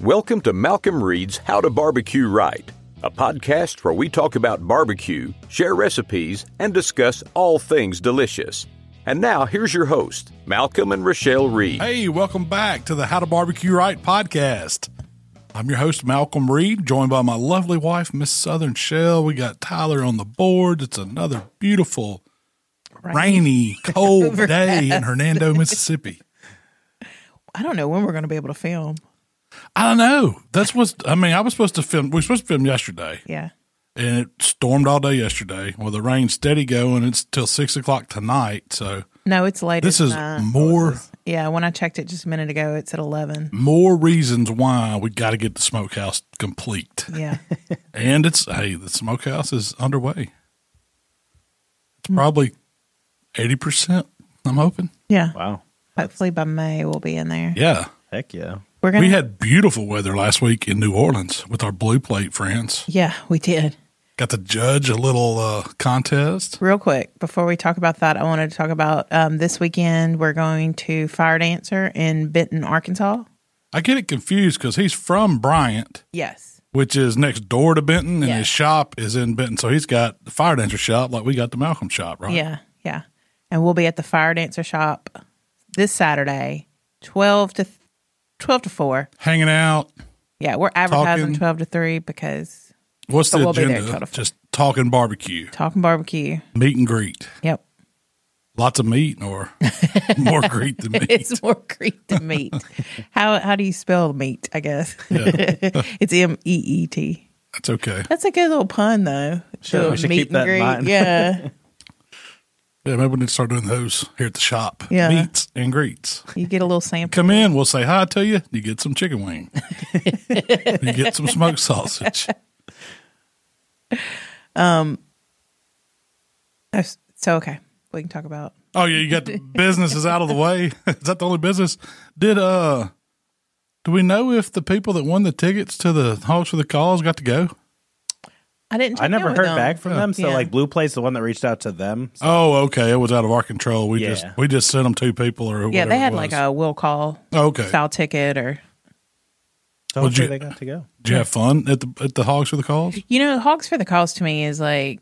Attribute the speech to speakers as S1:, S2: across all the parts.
S1: Welcome to Malcolm Reed's How to Barbecue Right, a podcast where we talk about barbecue, share recipes, and discuss all things delicious. And now here's your host, Malcolm and Rochelle Reed.
S2: Hey, welcome back to the How to Barbecue Right podcast. I'm your host, Malcolm Reed, joined by my lovely wife, Miss Southern Shell. We got Tyler on the board. It's another beautiful, rainy, cold day in Hernando, Mississippi.
S3: I don't know when we're going to be able to film.
S2: I don't know. That's what's, I mean, I was supposed to film, we were supposed to film yesterday,
S3: Yeah.
S2: and it stormed all day yesterday. Well, the rain's steady going. It's till six o'clock tonight. So
S3: No, it's later.
S2: this
S3: than
S2: is
S3: that.
S2: more.
S3: Yeah, when I checked it just a minute ago, it's at 11.
S2: More reasons why we got to get the smokehouse complete.
S3: Yeah.
S2: And it's hey, the smokehouse is underway.
S3: Hmm.
S2: It's probably eighty percent. I'm hoping.
S3: Yeah.
S4: Wow.
S3: Hopefully by May we'll be in there.
S2: Yeah,
S4: Heck yeah.
S3: We're going
S2: we
S3: to.
S2: had beautiful weather last week in New Orleans with our blue plate friends.
S3: yeah, we did.
S2: Got to judge a little uh, contest.
S3: Real quick, before we talk about that, I wanted to talk about um, this weekend we're going to Fire Dancer in Benton, Arkansas.
S2: I get it confused because he's from Bryant,
S3: Yes.
S2: which is next door to Benton, and
S3: Yeah.
S2: his shop is in Benton. So he's got the fire dancer shop, like we got the Malcolm shop, right?
S3: Yeah. Yeah. And we'll be at the Fire Dancer shop this Saturday, 12 to 12 to 4.
S2: Hanging out.
S3: Yeah, we're advertising
S2: Talking.
S3: 12 to 3 because
S2: What's
S3: But
S2: the
S3: we'll be there
S2: agenda?
S3: till the-
S2: Just talking barbecue,
S3: talking barbecue.
S2: meet and greet.
S3: Yep.
S2: Lots of meat or more greet than meat.
S3: It's more Greek than meat. how how do you spell meat? I guess it's M E E T.
S2: That's okay.
S3: That's a good little pun, though.
S4: Sure,
S3: The
S4: we should
S3: meet
S4: keep
S3: and
S4: that in
S3: greet.
S4: mind.
S3: Yeah,
S2: Yeah, maybe we need to start doing those here at the shop.
S3: Yeah.
S2: Meats and greets.
S3: you get a little sample.
S2: Come in, we'll say hi to you. You get some chicken wing. you get some smoked sausage.
S3: That's- So okay, we can talk about.
S2: Oh yeah, you got the businesses out of the way. Is that the only business? Did uh do we know if the people that won the tickets to the Hawks for the Cause got to go?
S3: I didn't.
S4: I
S3: check
S4: never
S3: in with
S4: heard
S3: them.
S4: back from them. So
S3: Oh, Yeah.
S4: like Blue Play's the one that reached out to them. So
S2: Oh, okay. It was out of our control. We
S4: Yeah.
S2: just we just sent them two people or
S3: Yeah,
S2: whatever
S3: they
S2: it
S3: had
S2: was.
S3: like a will call
S2: okay.
S3: style ticket, or
S4: hopefully
S2: Would you-
S4: they got to go.
S2: Did you have fun at the at the Hogs for the Cause?
S3: you know, Hogs for the Cause to me is like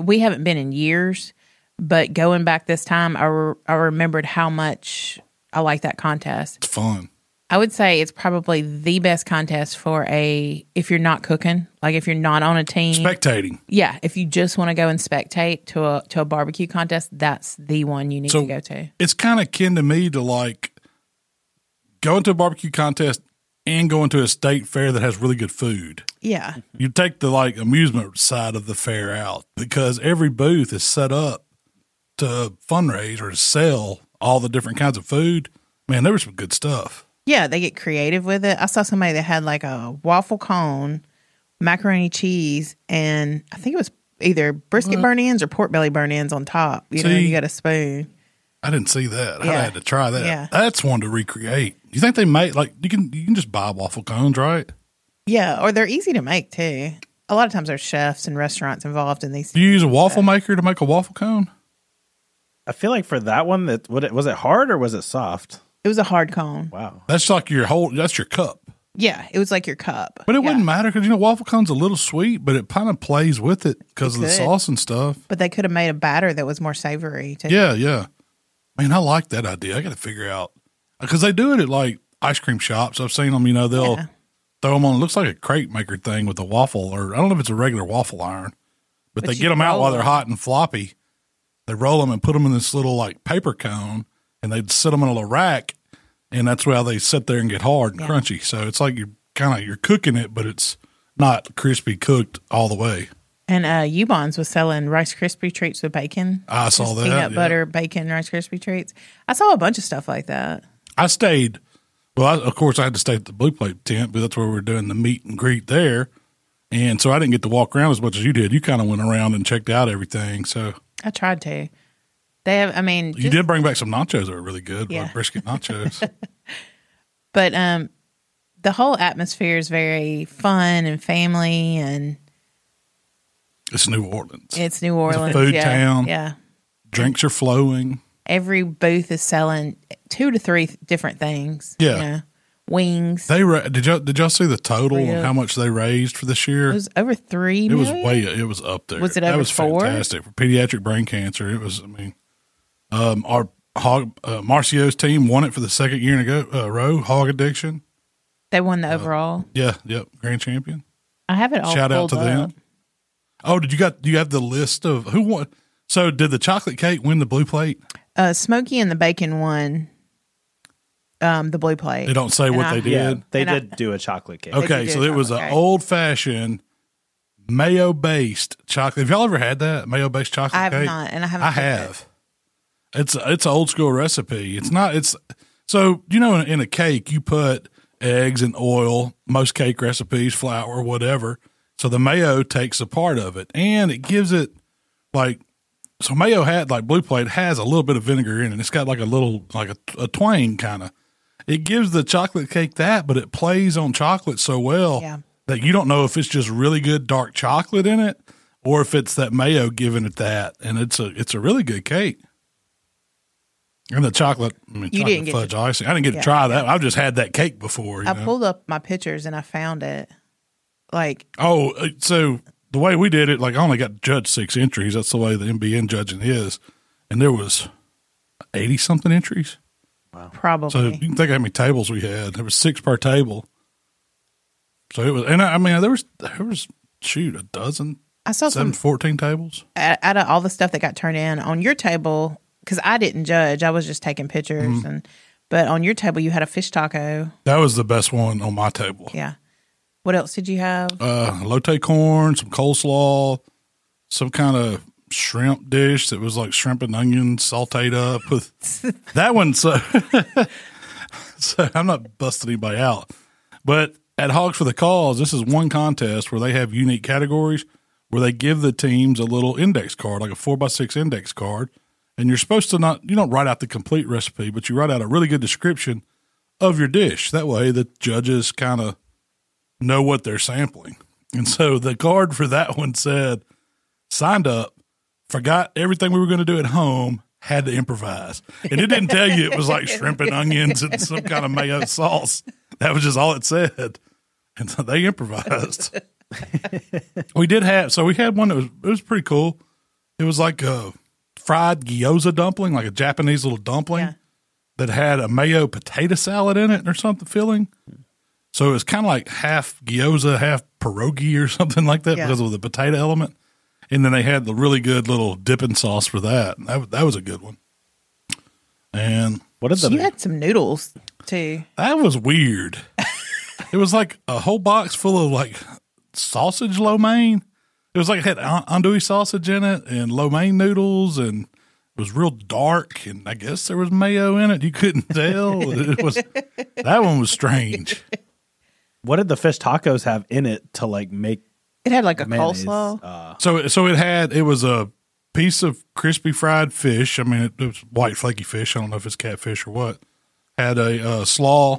S3: we haven't been in years, but going back this time, I re- I remembered how much I like that contest.
S2: It's fun.
S3: I would say it's probably the best contest for a if you're not cooking, like if you're not on a team.
S2: Spectating.
S3: yeah, if you just want to go and spectate to a to a barbecue contest, that's the one you need
S2: So-
S3: to go to.
S2: it's kind of kin to me to like go into a barbecue contest and go into a state fair that has really good food.
S3: Yeah.
S2: You take the like amusement side of the fair out because every booth is set up to fundraise or to sell all the different kinds of food. Man, there was some good stuff.
S3: Yeah, they get creative with it. I saw somebody that had like a waffle cone, macaroni cheese, and I think it was either brisket burn ins or pork belly burn ins on top. You know,
S2: See?
S3: you got a spoon.
S2: I didn't see that. I
S3: Yeah.
S2: had to try that.
S3: Yeah.
S2: That's one to recreate. You think they make like you can you can just buy waffle cones, right?
S3: Yeah, or they're easy to make too. A lot of times there's chefs and restaurants involved in these
S2: Do you use a
S3: Uh,
S2: waffle maker to make a waffle cone?
S4: I feel like for that one, that what it, was it hard or was it soft?
S3: it was a hard cone.
S4: Wow.
S2: That's like your whole that's your cup.
S3: Yeah, it was like your cup.
S2: But it
S3: Yeah.
S2: wouldn't matter because you know waffle cone's a little sweet, but it kind of plays with it because of the
S3: could.
S2: sauce and stuff.
S3: But they could have made a batter that was more savory. To,
S2: Yeah, yeah. Man, I like that idea. I got to figure out because they do it at like ice cream shops. I've seen them. You know, they'll
S3: Yeah.
S2: throw them on. It looks like a crepe maker thing with a waffle, or I don't know if it's a regular waffle iron, but,
S3: But
S2: they
S3: you
S2: get them out
S3: roll
S2: while they're
S3: them.
S2: hot and floppy. They roll them and put them in this little like paper cone, and they'd sit them in a little rack, and that's why they sit there and get hard and
S3: Yeah.
S2: crunchy. So it's like you're kind of you're cooking it, but it's not crispy cooked all the way.
S3: And uh, Ubon's was selling Rice Krispie treats with bacon.
S2: I saw that.
S3: peanut
S2: yeah.
S3: butter, bacon, Rice Krispie treats. I saw a bunch of stuff like that.
S2: I stayed. Well, I, of course, I had to stay at the Blue Plate tent, but that's where we were doing the meet and greet there. And so I didn't get to walk around as much as you did. You kind of went around and checked out everything. So
S3: I tried to. They have, I
S2: you
S3: mean, just-
S2: did bring back some nachos that were really good,
S3: Yeah.
S2: like brisket nachos.
S3: but um, the whole atmosphere is very fun and family, and
S2: it's New Orleans.
S3: it's New Orleans.
S2: food
S3: yeah,
S2: town.
S3: Yeah.
S2: Drinks are flowing.
S3: Every booth is selling two to three different things.
S2: Yeah.
S3: know. wings.
S2: They ra- did y'all did y'all see the total
S3: Yeah.
S2: of how much they raised for this year?
S3: It was over three.
S2: It was
S3: million?
S2: way. It was up there.
S3: Was it
S2: that
S3: over
S2: was
S3: four?
S2: fantastic for pediatric brain cancer? It was. I mean, um, our hog uh, Marcio's team won it for the second year in a go, uh, row. Hog addiction.
S3: They won the overall.
S2: Yeah. Yep. Grand champion.
S3: I have it all.
S2: Shout out
S3: pulled
S2: to
S3: up.
S2: them. Oh, did you got? Do you have the list of who won? So did the chocolate cake win the blue plate?
S3: Uh, Smokey and the Bacon won. Um, the blue plate.
S2: They don't say what
S3: I-
S2: they did.
S4: Yeah, they
S3: And I-
S4: did do a chocolate cake.
S3: They
S2: Okay,
S3: do
S2: so
S3: do
S2: it was an
S3: chocolate cake.
S2: old fashioned mayo based chocolate. Have y'all ever had that mayo based chocolate?
S3: I have
S2: cake?
S3: not, and I haven't
S2: I
S3: cooked it.
S2: have. It's it's an old school recipe. It's not. It's so you know in, in a cake you put eggs and oil. Most cake recipes, flour, whatever. So the mayo takes a part of it, and it gives it like so mayo had like blue plate has a little bit of vinegar in it. It's got like a little like a, a twang kind of. It gives the chocolate cake that, but it plays on chocolate so well
S3: Yeah.
S2: that you don't know if it's just really good dark chocolate in it or if it's that mayo giving it that. And it's a it's a really good cake. And the chocolate, I mean,
S3: You
S2: chocolate
S3: didn't get
S2: fudge
S3: to-
S2: icing. I didn't get
S3: Yeah.
S2: to try that. I've just had that cake before. You
S3: I
S2: know?
S3: pulled up my pictures and I found it. Like
S2: Oh, uh, so the way we did it, like I only got judged six entries. That's the way the MBN judging is, and there was eighty something entries.
S4: Oh.
S3: probably.
S2: So you can think how many tables we had. There was six per table. So it was, and I, I mean, there was there was shoot a dozen,
S3: I saw
S2: seven,
S3: some
S2: fourteen tables.
S3: out out of all the stuff that got turned in on your table because I didn't judge. I was just taking pictures
S2: Mm-hmm.
S3: and. But on your table, you had a fish taco.
S2: That was the best one on my table.
S3: Yeah. What else did you have?
S2: Uh, lotte corn, some coleslaw, some kind of shrimp dish that was like shrimp and onion sauteed up with that one. So, so I'm not busting anybody out, but at Hogs for the Cause, this is one contest where they have unique categories where they give the teams a little index card, like a four by six index card. And you're supposed to not, you don't write out the complete recipe, but you write out a really good description of your dish. That way the judges kind of know what they're sampling. And so the card for that one said, signed up, forgot everything we were going to do at home, had to improvise. And it didn't tell you it was like shrimp and onions and some kind of mayo sauce. That was just all it said. And so they improvised. we did have, so we had one that was, it was pretty cool. It was like a fried gyoza dumpling, like a Japanese little dumpling
S3: Yeah.
S2: that had a mayo potato salad in it or something filling. So it was kind of like half gyoza, half pierogi or something like that
S3: Yeah.
S2: because of the potato element. And then they had the really good little dipping sauce for that. And that, that was a good one. And
S4: What did the
S3: You had some noodles too.
S2: that was weird. it was like a whole box full of like sausage lo mein. It was like it had an- andouille sausage in it and lo mein noodles and it was real dark and I guess there was mayo in it. You couldn't tell. it was that one was strange.
S4: what did the fish tacos have in it to like make
S3: It had like a
S4: mayonnaise?
S3: coleslaw.
S4: Uh,
S2: So so it had it was a piece of crispy fried fish. I mean it, it was white flaky fish. I don't know if it's catfish or what. Had a uh, slaw,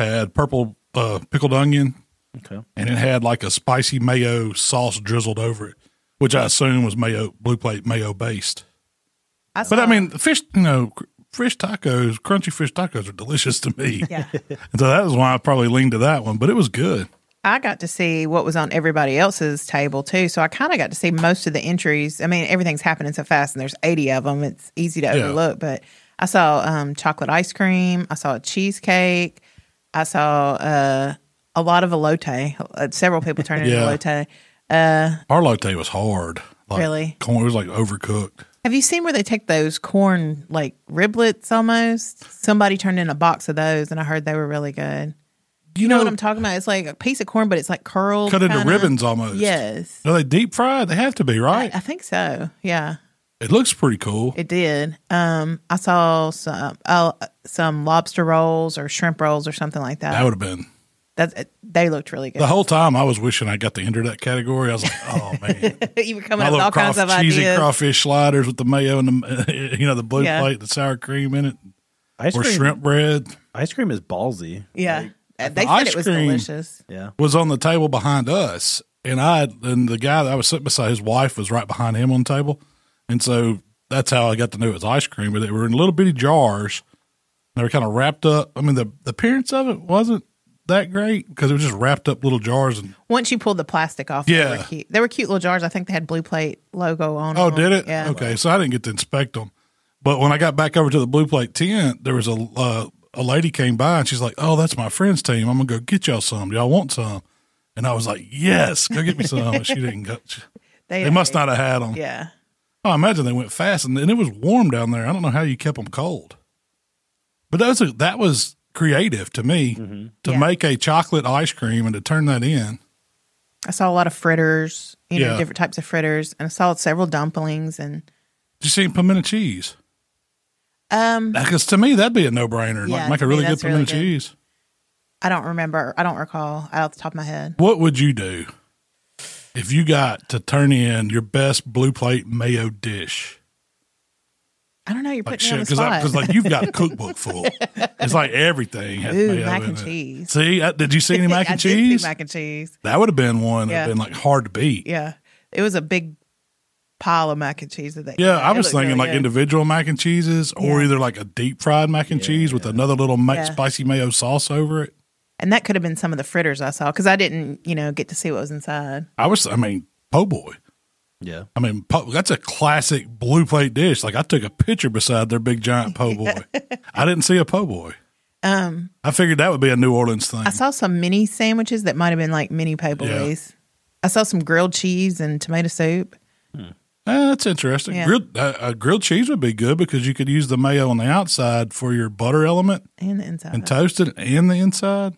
S2: had purple uh, pickled onion,
S4: okay.
S2: and it had like a spicy mayo sauce drizzled over it, which I assume was mayo blue plate mayo based.
S3: I
S2: But I
S3: saw-
S2: mean, fish, you know, cr- fish tacos, crunchy fish tacos are delicious to me.
S3: yeah.
S2: And so that was why I probably leaned to that one, but it was good.
S3: I got to see what was on everybody else's table too. So I kind of got to see most of the entries. I mean, everything's happening so fast, and there's 80 of them. It's easy to overlook. But I saw um, chocolate ice cream. I saw a cheesecake. I saw uh, a lot of elote. Uh, Several people turned into
S2: Yeah.
S3: elote.
S2: Our latte was hard. Like,
S3: Really?
S2: Corn, it was like overcooked.
S3: Have you seen where they take those corn like riblets almost? Somebody turned in a box of those, and I heard they were really good.
S2: You,
S3: You know what I'm talking about? It's like a piece of corn, but it's like curled,
S2: Cut into
S3: kinda.
S2: ribbons almost.
S3: Yes.
S2: Are they deep fried? They have to be,
S3: I,
S2: right?
S3: I think so. Yeah.
S2: it looks pretty cool.
S3: It did. Um, I saw some uh, some lobster rolls or shrimp rolls or something like
S2: that
S3: that.
S2: would have been.
S3: That's they looked really good.
S2: The whole time I was wishing I got to enter that category. I was like, oh man.
S3: you were coming
S2: My
S3: up with
S2: little
S3: all
S2: crawf-
S3: kinds of
S2: cheesy
S3: ideas.
S2: crawfish sliders with the mayo and the you know the blue
S3: Yeah.
S2: plate, the sour cream in it,
S4: Ice
S2: or
S4: cream,
S2: shrimp bread
S4: Ice cream is ballsy.
S3: Yeah, Uh, they
S2: the
S3: said
S2: ice
S3: it was
S2: cream-
S3: delicious.
S4: Yeah.
S2: was on the table behind us, and I and the guy that I was sitting beside, his wife was right behind him on the table, and so that's how I got to know it was ice cream. But they were in little bitty jars They were kind of wrapped up. I mean, the, the appearance of it wasn't that great because it was just wrapped up little jars and
S3: Once you pulled the plastic off, they
S2: Yeah.
S3: were cute. They were cute little jars. I think they had Blue Plate logo on.
S2: Oh,
S3: them.
S2: did it?
S3: Yeah.
S2: Okay, so I didn't get to inspect them, but when I got back over to the blue plate tent, there was a uh, a lady came by and she's like, "Oh, that's my friend's team. I'm gonna go get y'all some. Y'all want some?" And I was like, "Yes, go get me some." But she didn't go. She, they
S3: don't
S2: must
S3: need-
S2: not have had them.
S3: Yeah.
S2: I imagine they went fast, and, and it was warm down there. I don't know how you kept them cold, but that was a, that was creative to me to
S3: Yeah.
S2: make a chocolate ice cream and to turn that in.
S3: I saw a lot of fritters, you know,
S2: Yeah.
S3: different types of fritters, and I saw several dumplings and
S2: Did you see pimento cheese?
S3: um
S2: Because to me, that'd be a no brainer.
S3: Yeah,
S2: like make
S3: to
S2: a
S3: me,
S2: really good
S3: that's really
S2: pimento
S3: good.
S2: cheese.
S3: I don't remember. I don't recall out the top of my head.
S2: What would you do if you got to turn in your best blue plate mayo dish?
S3: I don't know. You're
S2: Like
S3: putting me on the spot.
S2: because like you've got a cookbook full. It's like everything has
S3: Ooh,
S2: mayo
S3: mac
S2: in
S3: and
S2: it.
S3: cheese.
S2: See, uh, did you see any mac
S3: I
S2: and
S3: did see
S2: cheese?
S3: mac and cheese.
S2: that would have been one
S3: Yeah.
S2: that would have been like hard to beat.
S3: Yeah, it was a big pile of mac and cheese that they.
S2: Yeah, I
S3: it
S2: was
S3: looked
S2: thinking
S3: really
S2: like
S3: good.
S2: individual mac and cheeses, or
S3: Yeah.
S2: either like a deep fried mac and cheese with another little ma-
S3: Yeah.
S2: spicy mayo sauce over it.
S3: and that could have been some of the fritters I saw because I didn't, you know, get to see what was inside.
S2: I was, I mean, po' boy.
S4: Yeah.
S2: I mean, po- that's a classic blue plate dish. Like I took a picture beside their big giant po' boy. I didn't see a po' boy.
S3: Um,
S2: I figured that would be a New Orleans thing.
S3: I saw some mini sandwiches that might have been like mini po'
S2: Yeah.
S3: boys. I saw some grilled cheese and tomato soup.
S2: Eh, that's interesting.
S3: Yeah.
S2: Grilled, uh, uh, grilled cheese would be good because you could use the mayo on the outside for your butter element
S3: And the inside.
S2: and toast it and the inside.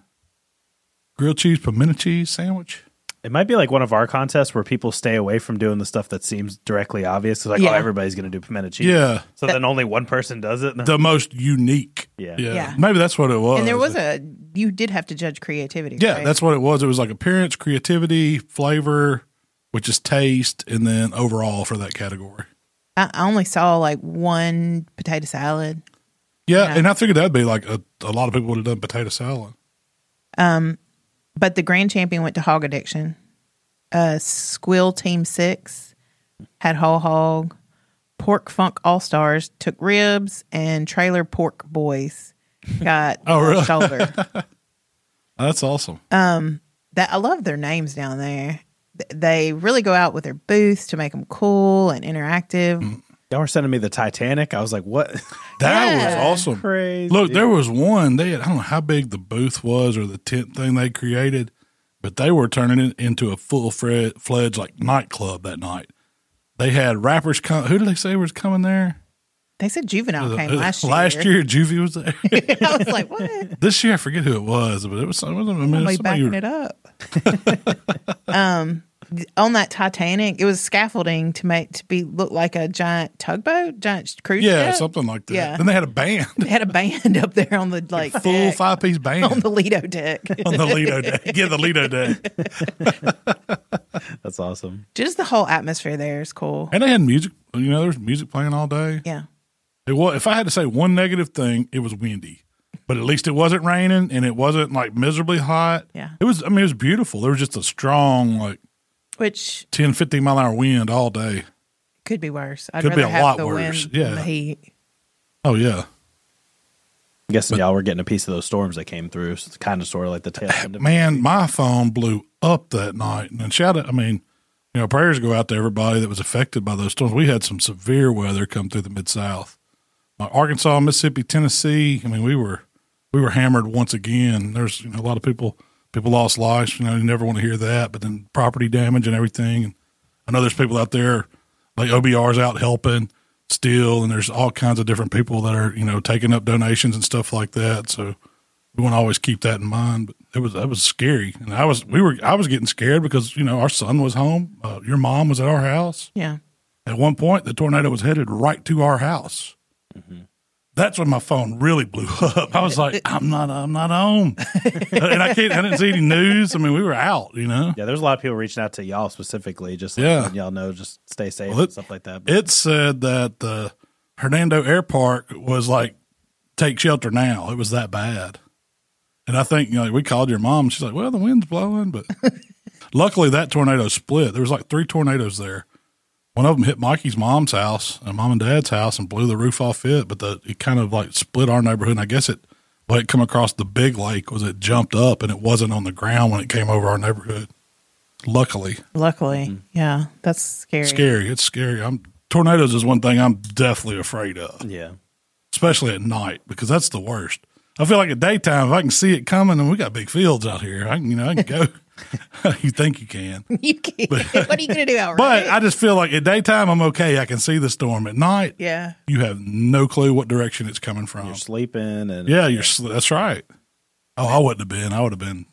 S2: Grilled cheese pimento cheese sandwich.
S4: It might be like one of our contests where people stay away from doing the stuff that seems directly obvious. It's like,
S3: Yeah.
S4: oh, everybody's going to do pimento cheese.
S2: Yeah,
S4: So then only one person does it. and
S2: the most unique.
S4: Yeah.
S3: Yeah.
S2: Maybe that's what it was.
S3: and there was a you did have to judge creativity.
S2: uh, Yeah,
S3: right?
S2: that's what it was. It was like appearance, creativity, flavor, which is taste, and then overall for that category.
S3: I, I only saw like one potato salad.
S2: Yeah,
S3: Yeah.
S2: and I figured that'd be like a, a lot of people would have done potato salad.
S3: but the grand champion went to hog addiction. Uh, Squill Team Six had whole hog. Pork Funk All Stars took ribs, and Trailer Pork Boys got
S2: Oh, really?
S3: shoulder.
S2: That's awesome.
S3: Uh, That I love their names down there. Th- They really go out with their booths to make them cool and interactive.
S2: Mm.
S4: Y'all were sending me the Titanic. I was like, what?
S2: that
S3: yeah.
S2: was awesome.
S4: Crazy.
S2: Look, there was one. They had, I don't know how big the booth was or the tent thing they created, but they were turning it into a full fre- fledged like nightclub that night. They had rappers come. Who did they say was coming there? Uh,
S3: They said juvenile came last year.
S2: year, Juvie was there.
S3: I was like, what? Are
S2: this year, I forget who it was, but it was, some- it was I mean, it was
S3: we
S2: somebody
S3: backing it up? um, on that Titanic, it was scaffolding to make to be look like a giant tugboat, giant cruise
S2: Yeah,
S3: ship.
S2: something like that.
S3: Yeah.
S2: Then they had a band,
S3: They had a band up there on the like
S2: full
S3: deck,
S2: five piece
S3: on
S2: band
S3: the Lido deck.
S2: on the Lido Day. Yeah, the Lido Day.
S4: That's awesome.
S3: Just the whole atmosphere there is cool.
S2: And they had music. You know, there was music playing all day.
S3: Yeah,
S2: It was, if I had to say one negative thing, it was windy. But at least it wasn't raining and it wasn't like miserably hot.
S3: Yeah.
S2: It was, I mean, it was beautiful. There was just a strong, like
S3: which
S2: 10, 15 mile an hour wind all day.
S3: could be worse. I'd
S2: Could be
S3: rather
S2: a
S3: have
S2: lot
S3: the
S2: worse,
S3: wind
S2: yeah.
S3: than the heat.
S2: Oh, yeah.
S4: I'm guessing y'all were getting a piece of those storms that came through. So it's kind of sort of like the tail end of
S2: Man, my phone blew up that night. And shout out, I mean, you know, prayers go out to everybody that was affected by those storms. We had some severe weather come through the mid South. Like Arkansas, Mississippi, Tennessee. I mean, we were we were hammered once again. There's you know, a lot of people people lost lives. You know, you never want to hear that. But then property damage and everything. And I know there's people out there like OBR's out helping still, and there's all kinds of different people that are you know taking up donations and stuff like that. So we want to always keep that in mind. But it was that was scary, and I was we were I was getting scared because you know our son was home, uh, your mom was at our house.
S3: Yeah,
S2: At one point, the tornado was headed right to our house. That's when my phone really blew up. I was like, "I'm not, I'm not home," and I can't. I didn't see any news. I mean, we were out, you know.
S4: Yeah, there's a lot of people reaching out to y'all specifically, just like,
S2: Yeah.
S4: yeah, y'all know, just stay safe
S2: Well, it-
S4: and stuff like that.
S2: It said that the Hernando Air Park was like, "Take shelter now." It was that bad, and I think you know, we called your mom. She's like, "Well, the wind's blowing," but luckily that tornado split. There was like three tornadoes there. One of them hit Mikey's mom's house and mom and dad's house and blew the roof off it, but the, it kind of like split our neighborhood. And I guess it, what it come across the big lake was it jumped up and it wasn't on the ground when it came over our neighborhood. Luckily,
S3: Luckily, yeah, that's scary.
S2: Mm-hmm. scary. It's scary. I'm tornadoes is one thing I'm deathly afraid of.
S4: Yeah.
S2: especially at night because that's the worst. I feel like at daytime, if I can see it coming, and we got big fields out here, I can, you know, I can go. you think you can,
S3: You can't. what are you gonna do? Outright?
S2: but I just feel like at daytime I'm okay. I can see the storm. At night,
S3: yeah,
S2: you have no clue what direction it's coming from.
S4: You're sleeping and
S2: Oh. yeah, you're. sl- That's right. Oh, I wouldn't have been. I would have been.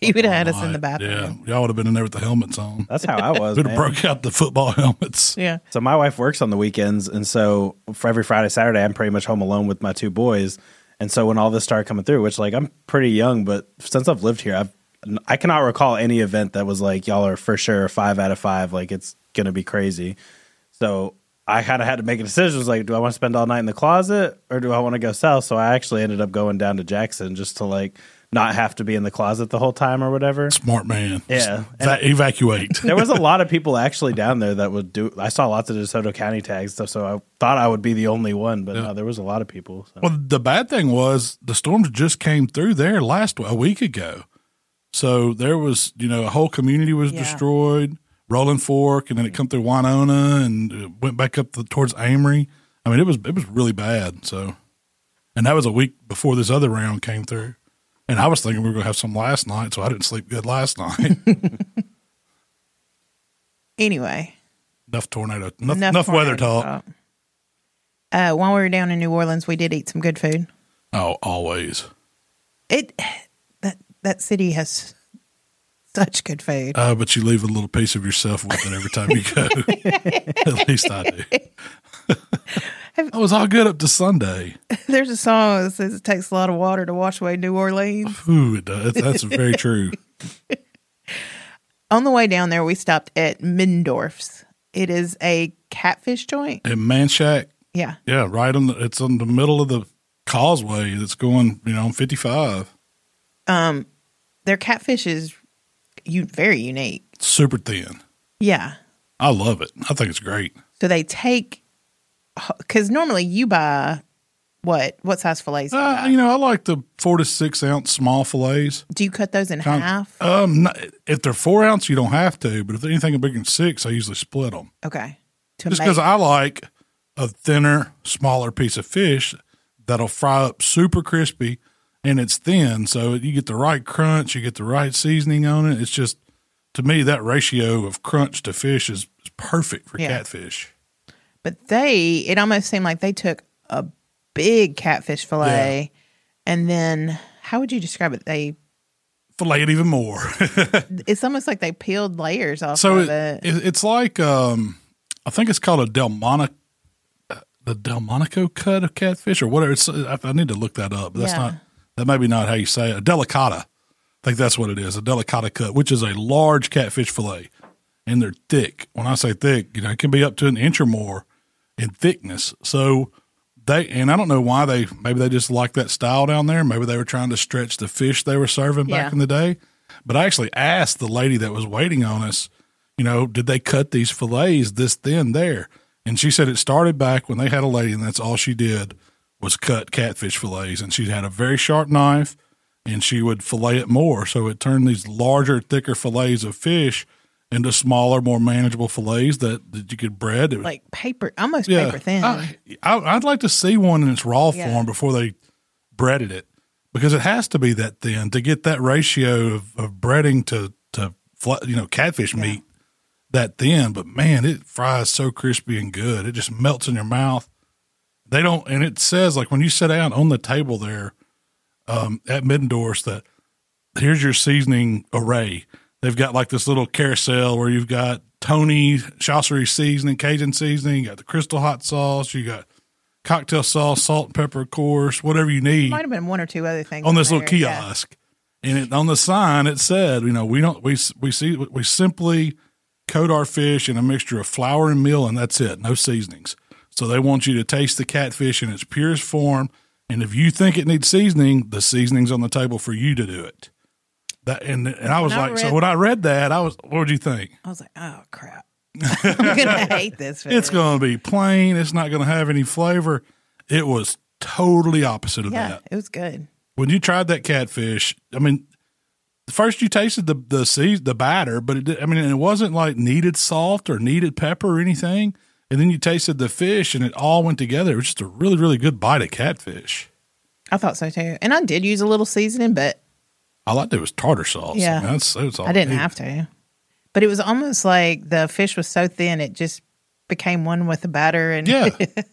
S3: he would have had us in the
S2: like, Yeah,
S3: bathroom.
S2: y'all would have been in there with the helmets on.
S4: That's how I was.
S2: We'd have
S4: Oh, man.
S2: broke out the football helmets.
S3: Yeah.
S4: So my wife works on the weekends, and so for every Friday, Saturday, I'm pretty much home alone with my two boys. And so when all this started coming through, which like I'm pretty young, but since I've lived here, I've I cannot recall any event that was like y'all are for sure five out of five. Like it's gonna be crazy. So I kind of had to make a decision. It was like, do I want to spend all night in the closet or do I want to go south? So I actually ended up going down to Jackson just to like not have to be in the closet the whole time or whatever.
S2: Smart man.
S4: Yeah.
S2: Va- evacuate.
S4: there was a lot of people actually down there that would do. I saw lots of DeSoto County tags stuff, so I thought I would be the only one, but no, there was a lot of people. So.
S2: Well, the bad thing was the storms just came through there last a week ago, so there was you know a whole community was
S3: Yeah.
S2: destroyed, Rolling Fork, and then it come through Winona and it went back up the, towards Amory. I mean, it was it was really bad. So, and that was a week before this other round came through, and I was thinking we were gonna have some last night, so I didn't sleep good last night.
S3: Anyway,
S2: enough tornado, enough, enough, weather
S3: tornado
S2: talk.
S3: Uh, while we were down in New Orleans, we did eat some good food.
S2: Oh, always.
S3: It that that city has such good food.
S2: Uh, but you leave a little piece of yourself with it every time you go. At least I do. I was all good up to Sunday.
S3: There's a song that says it takes a lot of water to wash away New Orleans.
S2: Ooh, it does. That's very true.
S3: On the way down there, we stopped at Mindorf's. It is a catfish joint.
S2: And Man Shack,
S3: Yeah.
S2: yeah, right on the. It's on the middle of the causeway that's going, you know, on fifty five.
S3: Their catfish is you very unique.
S2: Super thin.
S3: Yeah.
S2: I love it. I think it's great.
S3: So they take because normally you buy what what size fillets? do you
S2: Uh,
S3: buy?
S2: you know, I like the four to six ounce small fillets.
S3: Do you cut those in
S2: Kind-
S3: half?
S2: Um, not- if they're four ounce, you don't have to. But if they're anything bigger than six, I usually split them.
S3: okay. To
S2: Just because
S3: make-
S2: I like a thinner, smaller piece of fish that'll fry up super crispy and it's thin. So you get the right crunch, you get the right seasoning on it. It's just, to me, that ratio of crunch to fish is, is perfect for
S3: Yeah.
S2: catfish.
S3: but they it almost seemed like they took a big catfish fillet and then how would you describe it? They
S2: Fillet it even more.
S3: it's almost like they peeled layers off
S2: so
S3: of
S2: it,
S3: it.
S2: it, it's like, um, I think it's called a Delmonico. The Delmonico cut of catfish, or whatever. It's, I, I need to look that up. But that's
S3: Yeah.
S2: not that. May be not how you say it. A delicata. I think that's what it is, a delicata cut, which is a large catfish fillet. And they're thick. When I say thick, you know, it can be up to an inch or more in thickness. So they, and I don't know why they, maybe they just like that style down there. Maybe they were trying to stretch the fish they were serving back
S3: Yeah.
S2: in the day. But I actually asked the lady that was waiting on us, you know, did they cut these fillets this thin there? And she said it started back when they had a lady, and that's all she did was cut catfish fillets. And she had a very sharp knife and she would fillet it more. So it turned these larger, thicker fillets of fish into smaller, more manageable fillets that, that you could bread. It was-
S3: like paper almost paper thin.
S2: I, Oh, I, would like to see one in its raw
S3: Yeah.
S2: form before they breaded it because it has to be that thin to get that ratio of, of breading to, to fl- you know, catfish meat that thin. But man, it fries so crispy and good. It just melts in your mouth. They don't, and it says like when you sit down on the table there um, at Middendorf's that here's your seasoning array. They've got like this little carousel where you've got Tony Chaucery seasoning, Cajun seasoning, you got the crystal hot sauce, you got cocktail sauce, salt and pepper, of course, whatever you need
S3: Might have been one or two other things
S2: on
S3: in
S2: this little
S3: there, yeah.
S2: kiosk. And it, on the sign, it said, you know, we don't, we, we see, we simply coat our fish in a mixture of flour and meal, and that's it, no seasonings. So they want you to taste the catfish in its purest form. And if you think it needs seasoning, the seasoning's on the table for you to do it. That, and, and I was
S3: When I
S2: like, so
S3: read-
S2: when I read that, I was, what would you think?
S3: I was like, oh crap. I'm gonna hate this. Food.
S2: It's going to be plain. It's not going to have any flavor. It was totally opposite of
S3: yeah,
S2: that.
S3: it was good.
S2: When you tried that catfish, I mean, first you tasted the the sea the batter, but it, di- I mean, it wasn't like needed salt or needed pepper or anything. And then you tasted the fish, and it all went together. It was just a really really good bite of catfish.
S3: I thought so too, and I did use a little seasoning, but
S2: All I did was tartar sauce.
S3: Yeah.
S2: I mean, that's, that's all
S3: I didn't
S2: need.
S3: have to. But it was almost like the fish was so thin it just became one with the batter, and
S2: Yeah,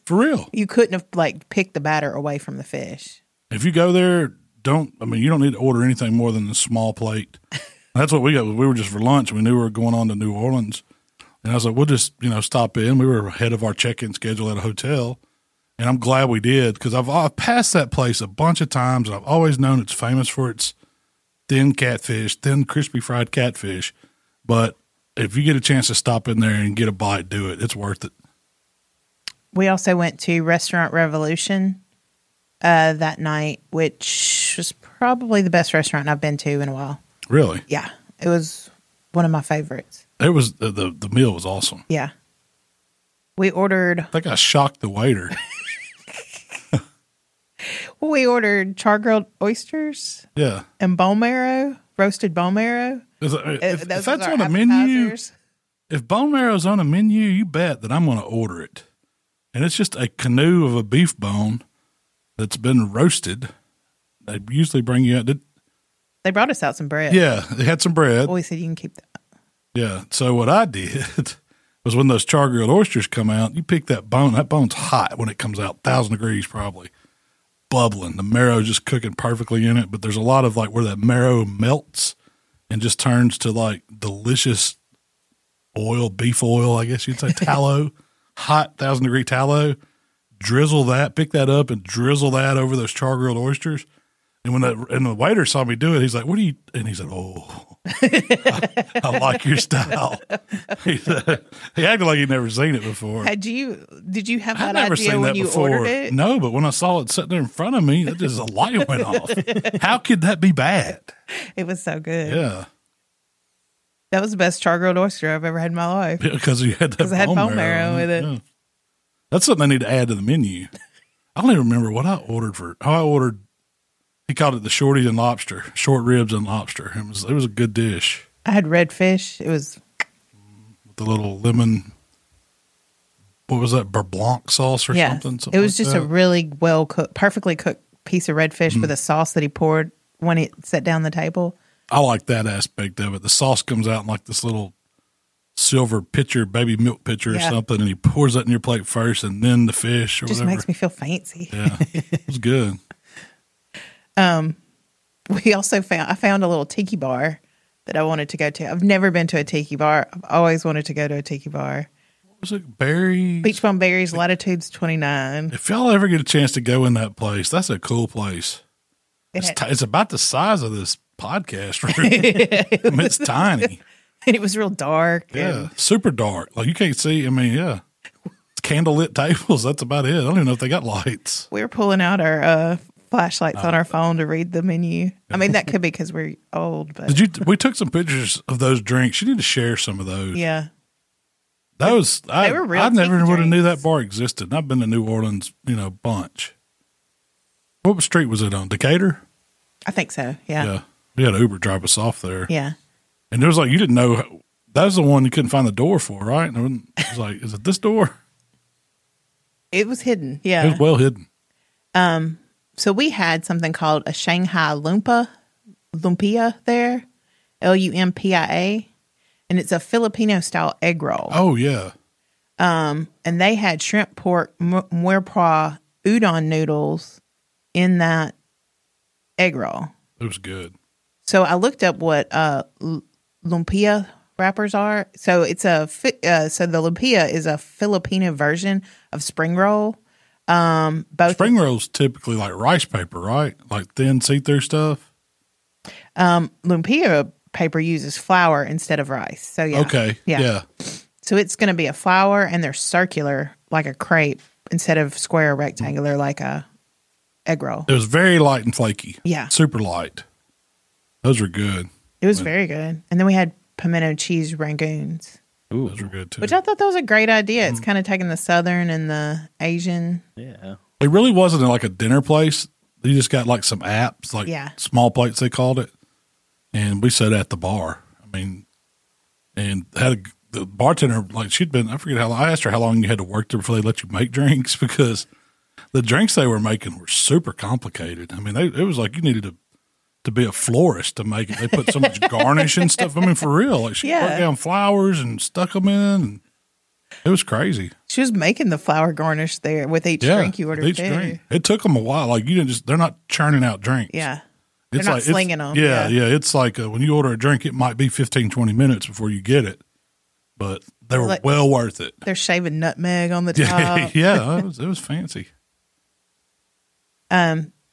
S2: for real.
S3: you couldn't have like picked the batter away from the fish.
S2: If you go there, don't. I mean, you don't need to order anything more than a small plate. That's what we got. We were just for lunch. We knew we were going on to New Orleans, and I was like, "We'll just you know stop in." We were ahead of our check-in schedule at a hotel, and I'm glad we did because I've, I've passed that place a bunch of times, and I've always known it's famous for its thin catfish, thin crispy fried catfish. But if you get a chance to stop in there and get a bite, do it. It's worth it.
S3: We also went to Restaurant Revolution uh, that night, which was probably the best restaurant I've been to in a while.
S2: Really,
S3: Yeah, it was one of my favorites.
S2: it was the the, the meal was awesome.
S3: Yeah, we ordered
S2: I think I shocked the waiter.
S3: we ordered char grilled oysters
S2: Yeah.
S3: and bone marrow, roasted bone marrow.
S2: If, if-
S3: Uh,
S2: if
S3: those was
S2: that's
S3: our
S2: on a menu,
S3: appetizers.
S2: if bone marrow's on a menu, you bet that I'm going to order it. And it's just a canoe of a beef bone that's been roasted. They usually bring you out. Did,
S3: they brought us out some bread.
S2: yeah, they had some bread.
S3: Well, we said you can keep that.
S2: Yeah. So what I did was when those char grilled oysters come out, you pick that bone. That bone's hot when it comes out, thousand degrees probably, bubbling. The marrow's just cooking perfectly in it. But there's a lot of like where that marrow melts and just turns to like delicious oil, beef oil, I guess you'd say tallow, hot thousand degree tallow. Drizzle that, pick that up, and drizzle that over those char grilled oysters. And when that, and the waiter saw me do it, he's like, "What are you?" And he said, "Oh." I like your style. he, said- he acted like he'd never seen it before.
S3: Had you? Did you have
S2: I've
S3: that
S2: never
S3: idea
S2: seen
S3: when
S2: that
S3: you
S2: before.
S3: ordered it?
S2: No, but when I saw it sitting there in front of me, that just a light went off. How could that be bad?
S3: It was so good.
S2: Yeah,
S3: That was the best char grilled oyster I've ever had in my life.
S2: because you had that
S3: 'Cause I had
S2: bone,
S3: bone
S2: marrow,
S3: marrow
S2: in
S3: with it.
S2: Yeah. That's something I need to add to the menu. I don't even remember what I ordered for. How I ordered, he called it the shorties and lobster, short ribs and lobster. It was it was a good dish
S3: I had red fish. It was
S2: with the little lemon. What was that? Blanc sauce or
S3: yeah.
S2: something,
S3: it
S2: something
S3: was
S2: like
S3: just
S2: that. Mm-hmm.
S3: a really well cooked, perfectly cooked piece of red fish with a sauce that he poured when he set down the table.
S2: I like that aspect of it. The sauce comes out in like this little silver pitcher, baby milk pitcher
S3: Yeah.
S2: or something, and he pours that in your plate first, and then the fish or
S3: Just
S2: whatever.
S3: makes me feel fancy.
S2: yeah, it was good.
S3: We also found I found a little tiki bar that I wanted to go to. I've never been to a tiki bar. I've always wanted to go to a tiki bar.
S2: Was it berry?
S3: Beach Bum Berries, latitude's twenty nine.
S2: If y'all ever get a chance to go in that place, that's a cool place.
S3: It,
S2: It's,
S3: had-
S2: ti it's about the size of this podcast room. I mean, it's tiny.
S3: and it was real dark. and-
S2: Yeah, super dark. Like you can't see. I mean, yeah, it's candlelit tables. That's about it. I don't even know if they got lights.
S3: we were pulling out our uh, flashlights on our phone to read the menu. I mean, that could be because we're old, but
S2: Did you? We took some pictures of those drinks. You need to share some of those.
S3: yeah,
S2: Those I,
S3: were real
S2: I never
S3: tiki
S2: would have knew
S3: drinks.
S2: that bar existed. And I've been to New Orleans, you know, bunch. What street was it on? Decatur.
S3: I think so. Yeah, yeah.
S2: Yeah, we had Uber drive us off there, and there was like you didn't know that was the one you couldn't find the door for, right? And it wasn't- it was like, is it this door?
S3: It was hidden.
S2: It
S3: Yeah.
S2: was well hidden.
S3: so we had something called a Shanghai Lumpa, Lumpia there, L U M P I A, and it's a Filipino style egg roll.
S2: Oh yeah,
S3: and they had shrimp, pork, mu- muir pra, udon noodles in that egg roll.
S2: it was good.
S3: So I looked up what uh, l- lumpia wrappers are. So it's a fi- uh, so the lumpia is a Filipino version of spring roll. Um, both
S2: Spring rolls typically like rice paper, right? Like thin see through stuff.
S3: lumpia paper uses flour instead of rice. So yeah,
S2: Okay, yeah.
S3: So it's going to be a flour, and they're circular like a crepe instead of square or rectangular like a egg roll.
S2: it was very light and flaky.
S3: Yeah.
S2: super light. Those were good.
S3: It was very good. And then we had pimento cheese rangoons.
S4: Ooh,
S2: Those were good too.
S3: Which I thought that was a great idea.
S2: Mm-hmm.
S3: It's kind of taking the Southern and the Asian.
S4: yeah.
S2: it really wasn't like a dinner place. You just got like some apps, like
S3: Yeah.
S2: small plates they called it, and we sat at the bar. I mean, and had a, the bartender like she'd been. I forget how long. I asked her how long you had to work there before they let you make drinks because the drinks they were making were super complicated. I mean, they, it was like you needed to to be a florist to make it. They put so much garnish and stuff. I mean, for real, like she
S3: Yeah.
S2: put down flowers and stuck them in. And it was crazy.
S3: She was making the flower garnish there with each drink you ordered
S2: each
S3: too.
S2: drink. It took them a while. Like you didn't just they're not churning out drinks.
S3: Yeah.
S2: It's
S3: not
S2: it's-
S3: slinging 'em,
S2: Yeah,
S3: yeah.
S2: yeah, It's like uh, when you order a drink, it might be 15, 20 minutes before you get it, but they were
S3: Like- Uh.
S2: well worth it.
S3: They're shaving nutmeg on the
S2: Yeah,
S3: top.
S2: yeah, it was, it was fancy.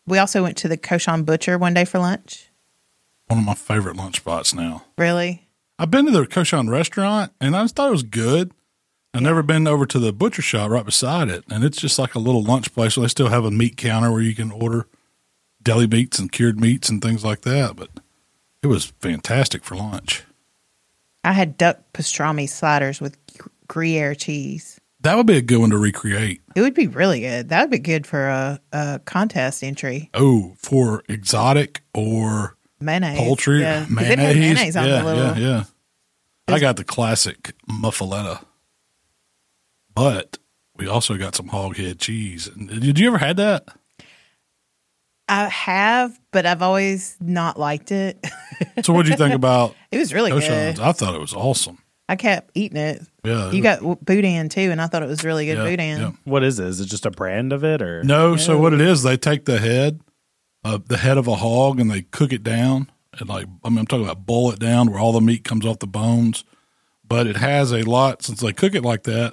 S3: We also went to the Koshan Butcher one day for lunch.
S2: One of my favorite lunch spots now.
S3: Really?
S2: I've been to the Koshan restaurant and I just thought it was good. I've never been over to the butcher shop right beside it, and it's just like a little lunch place. Where they still have a meat counter where you can order deli meats and cured meats and things like that. But it was fantastic for lunch.
S3: I had duck pastrami sliders with gr- Gruyere cheese.
S2: That would be a good one to recreate.
S3: It would be really good. That would be good for a, a contest entry.
S2: Oh, for exotic or
S3: Mayonnaise.
S2: poultry,
S3: Yeah. 'Cause
S2: mayonnaise.
S3: It had mayonnaise on
S2: yeah,
S3: the little.
S2: yeah, yeah. I got the classic muffaletta, but we also got some hog head cheese. And Did you ever had that?
S3: I have, but I've always not liked it.
S2: So what do you think about
S3: it was really
S2: Oceans?
S3: good.
S2: I thought it was awesome.
S3: I kept eating it.
S2: Yeah,
S3: uh, You got w- boudin too, and I thought it was really good
S2: Uh, yeah,
S3: boudin.
S2: yeah.
S4: What is it? Is it just a brand of it or
S2: No, so what it is, they take the head, uh, the head of a hog, and they cook it down. And like, I mean, I'm talking about boil it down where all the meat comes off the bones. But it has a lot since they cook it like that.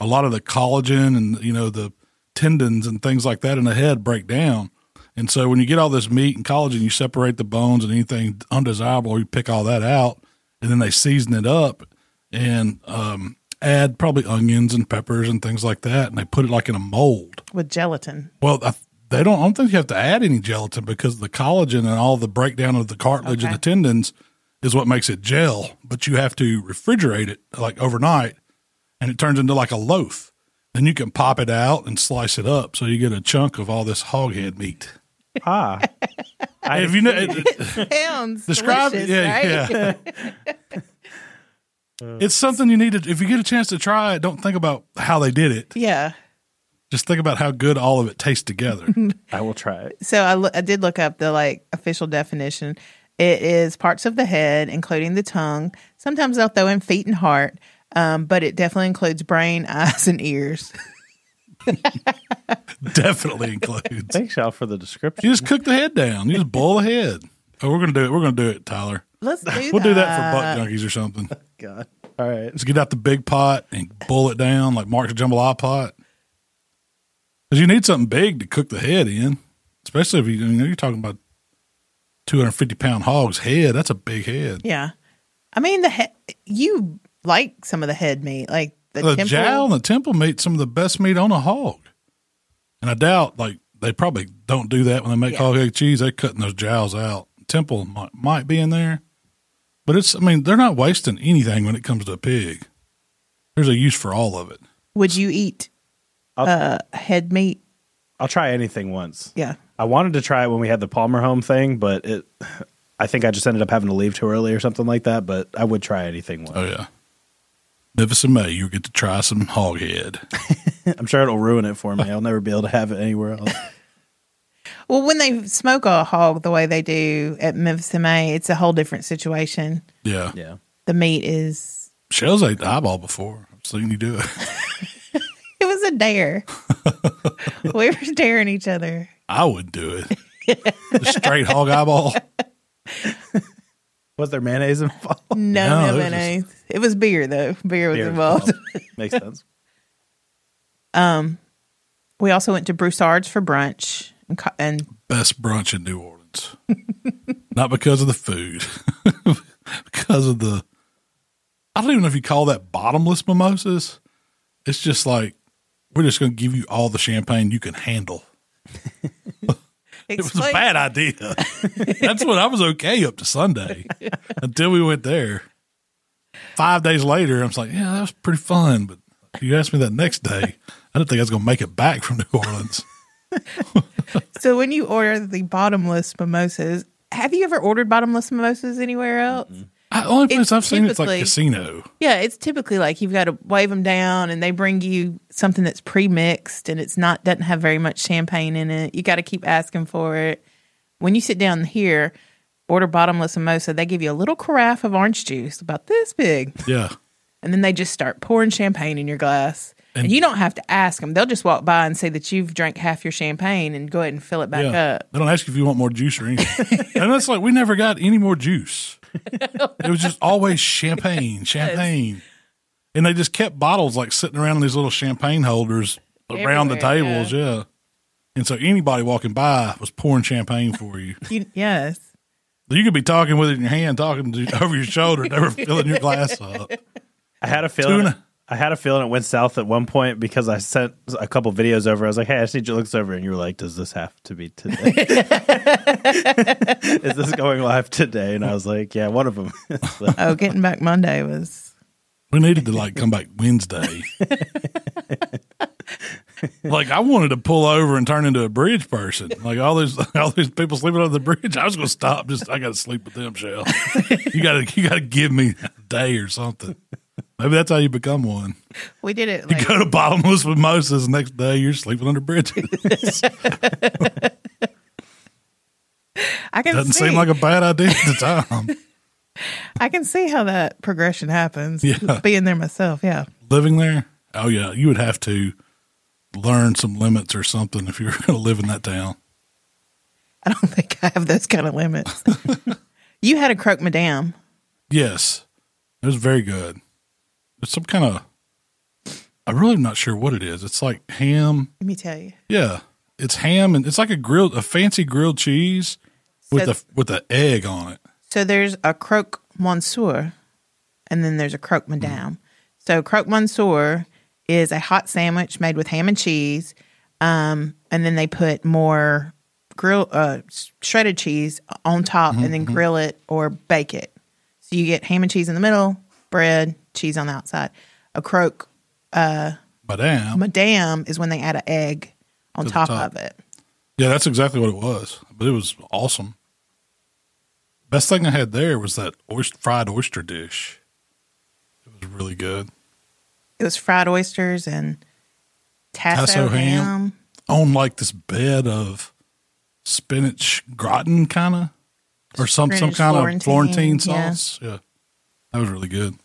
S2: A lot of the collagen and you know the tendons and things like that in the head break down. And so when you get all this meat and collagen, you separate the bones and anything undesirable, you pick all that out, and then they season it up and um, add probably onions and peppers and things like that, and they put it like in a mold.
S3: with gelatin.
S2: Well, I, they don't. I don't think you have to add any gelatin because the collagen and all the breakdown of the cartilage and the tendons is what makes it gel. But you have to refrigerate it like overnight, and it turns into like a loaf. Then you can pop it out and slice it up, so you get a chunk of all this hog head meat.
S4: ah? I,
S2: If you know, it,
S3: Pounds.
S2: describe it,
S3: delicious,
S2: yeah,
S3: right?
S2: yeah. it's something you need to. If you get a chance to try it, don't think about how they did it.
S3: Yeah.
S2: Just think about how good all of it tastes together.
S4: I will try it.
S3: So I, lo- I did look up the like official definition. It is parts of the head, including the tongue. Sometimes they'll throw in feet and heart, um, but it definitely includes brain, eyes, and ears.
S2: Definitely includes.
S4: Thanks, y'all, for the description.
S2: You just cook the head down. You just boil the head. Oh, we're gonna do it. We're gonna do it, Tyler.
S3: Let's do that.
S2: We'll do that for buck junkies or something.
S4: God. All right.
S2: Just get out the big pot and boil it down like Mark's jambalaya pot. Because you need something big to cook the head in, especially if you, you know you're talking about 250 pound hog's head. That's a big head.
S3: Yeah. I mean the he- you like some of the head meat, like the,
S2: the
S3: temple.
S2: jowl and the temple meat, some of the best meat on a hog. And I doubt, like, they probably don't do that when they make
S3: Yeah.
S2: hog egg cheese. They're cutting those jowls out. Temple might, might be in there, but it's, I mean, they're not wasting anything when it comes to a pig. There's a use for all of it.
S3: Would you eat
S4: I'll-
S3: uh, head meat?
S4: I'll try anything once.
S3: Yeah.
S4: I wanted to try it when we had the Palmer home thing, but it I think I just ended up having to leave too early or something like that, but I would try anything once.
S2: Oh, yeah. Memphis and May, you get to try some hog head.
S4: I'm sure it'll ruin it for me. I'll never be able to have it anywhere else.
S3: Well, when they smoke a hog the way they do at Memphis MA, it's a whole different situation.
S2: Yeah.
S4: Yeah.
S3: The meat is
S2: Shells ate the eyeball before. I've seen you do it.
S3: it was a dare. we were daring each other.
S2: I would do it. The straight hog eyeball.
S4: Was there mayonnaise involved?
S3: No,
S2: No,
S3: no,
S2: it was
S3: no. It was beer though. Beer was
S4: Beer
S3: involved.
S4: Makes sense.
S3: We also went to Broussard's for brunch and, co- and
S2: best brunch in New Orleans. Not because of the food, because of the. I don't even know if you call that bottomless mimosas. It's just like we're just going to give you all the champagne you can handle. It was a
S3: Explain-
S2: bad idea. That's what I was okay up to Sunday until we went there. five days later, I'm like, yeah, that was pretty fun. But you asked me that next day, I didn't think I was going to make it back from New Orleans.
S3: So when you order the bottomless mimosas, have you ever ordered bottomless mimosas anywhere else?
S2: I, only place
S3: It's
S2: I've seen it's like
S3: typically-
S2: casino.
S3: Yeah, it's typically like you've got to wave them down, and they bring you something that's pre-mixed, and it's not doesn't have very much champagne in it. You got to keep asking for it. When you sit down here, order bottomless mimosa. They give you a little carafe of orange juice, about this big,
S2: Yeah.
S3: and then they just start pouring champagne in your glass. And, you don't have to ask them; they'll just walk by and say that you've drank half your champagne, and go ahead and fill it back
S2: Yeah.
S3: up.
S2: They don't ask you if you want more juice or anything. and that's like, we never got any more juice. it was just always champagne, champagne. And they just kept bottles like sitting around in these little champagne holders around the
S3: Everywhere,
S2: tables. Yeah. And so anybody walking by was pouring champagne for you.
S3: You, yes.
S2: you could be talking with it in your hand, talking to, over your shoulder, never filling your glass up.
S4: I had a feeling.
S2: Tuna.
S4: I had a feeling it went south at one point because I sent a couple videos over. I was like, "Hey, I just need your looks over," and you were like, "Does this have to be today? Is this going live today?" And I was like, "Yeah, one of them." So,
S3: Oh, getting back Monday was
S2: We needed to like come back Wednesday. like I wanted to pull over and turn into a bridge person. Like all these all these people sleeping on the bridge. I was gonna stop. Just I gotta sleep with them, Shell. you gotta you gotta give me a day or something. Maybe that's how you become one.
S3: we did it.
S2: You
S3: Like,
S2: go to bottomless mimosas the next day, you're sleeping under bridges.
S3: I can
S2: Doesn't
S3: see.
S2: seem like a bad idea at the time.
S3: I can see how that progression happens.
S2: Yeah.
S3: Being there myself, yeah.
S2: Living there? Oh yeah. You would have to learn some limits or something if you were gonna live in that town.
S3: I don't think I have those kind of limits. you had a croque madame.
S2: Yes, it was very good. It's some kind of. I'm really not sure what it is. It's like ham.
S3: Let me tell you.
S2: Yeah, it's ham and it's like a grilled, a fancy grilled cheese with
S3: So-
S2: a with an egg on it.
S3: So there's a croque monsieur, and then there's a croque madame. So croque monsieur is a hot sandwich made with ham and cheese, um, and then they put more grill uh, s- shredded cheese on top, and then grill it or bake it. So you get ham and cheese in the middle, bread, cheese on the outside. A croque
S2: Madame.
S3: madame is when they add an egg on
S2: To the
S3: top,
S2: top.
S3: of it.
S2: Yeah, that's exactly what it was. But it was awesome. Best thing I had there was that oyster, fried oyster dish. It was really good
S3: It was fried oysters and tasso,
S2: Tasso ham.
S3: ham.
S2: on like this bed of spinach gratin, kind of, or some some
S3: Spinach
S2: kind of Florentine
S3: Florentine, yeah.
S2: sauce. yeah, that was really good.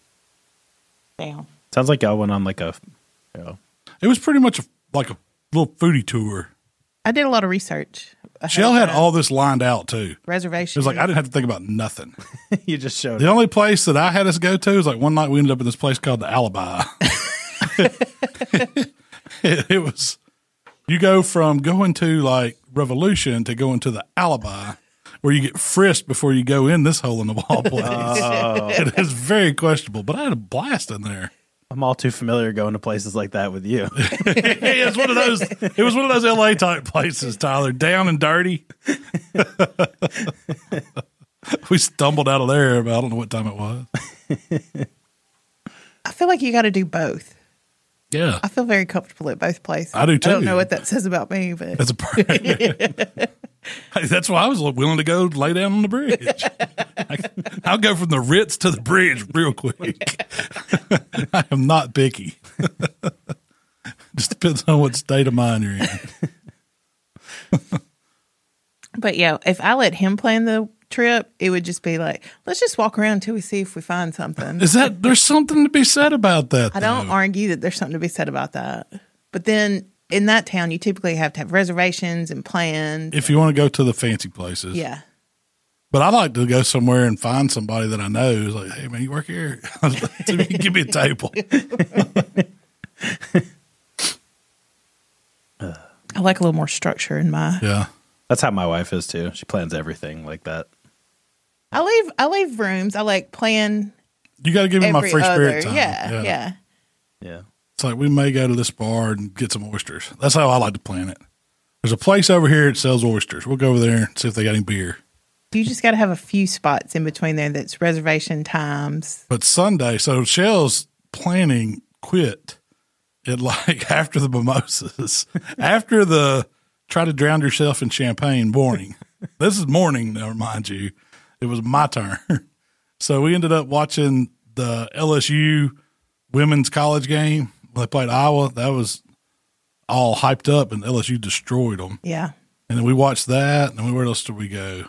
S3: Damn.
S4: sounds like y'all went on like a. You know,
S2: It was pretty much a, like a little foodie tour.
S3: I did a lot of research. ahead
S2: Shell
S3: of
S2: had
S3: time.
S2: all this lined out too. It
S3: reservations.
S2: was like I didn't have to think about nothing.
S4: you just showed.
S2: The only place that I had us go to is like one night we ended up in this place called the Alibi. it, it was you go from going to like Revolution to going to the Alibi, where you get frisked before you go in this hole in the wall place. It is very questionable, but I had a blast in there.
S4: I'm all too familiar going to places like that with you.
S2: It was one of those. It was one of those LA type places, Tyler. Down and dirty. we stumbled out of there. About I don't know what time it was.
S3: I feel like you got to do both.
S2: Yeah,
S3: I feel very comfortable at both places.
S2: I do
S3: I
S2: too.
S3: don't know what that says about me, but
S2: that's a part. hey, that's why I was willing to go lay down on the bridge. I, I'll go from the Ritz to the bridge real quick. I am not picky. Just depends on what state of mind you're in.
S3: but yeah, if I let him plan the trip, it would just be like, let's just walk around until we see if we find something.
S2: Is that there's something to be said about that?
S3: I don't
S2: though.
S3: argue that there's something to be said about that. But then in that town, you typically have to have reservations and plans.
S2: if you want to go to the fancy places.
S3: yeah.
S2: But I like to go somewhere and find somebody that I know who's like, hey, man, you work here? Give me a table.
S3: I like a little more structure in my.
S2: Yeah.
S4: That's how my wife is too. She plans everything like that.
S3: I leave I leave rooms. I like plan
S2: You got to give me my
S3: every
S2: free
S3: other.
S2: spirit time.
S3: yeah, yeah,
S4: Yeah.
S2: It's like, we may go to this bar and get some oysters. That's how I like to plan it. There's a place over here that sells oysters. We'll go over there and see if they got any beer.
S3: You just got to have a few spots in between there that's reservation times.
S2: But Sunday, so Shell's planning quit it like after the mimosas, after the try to drown yourself in champagne morning. this is morning, now, mind you. It was my turn. So we ended up watching the LSU women's college game. They played Iowa. That was all hyped up, and LSU destroyed them.
S3: Yeah.
S2: And then we watched that, and then where else did we go?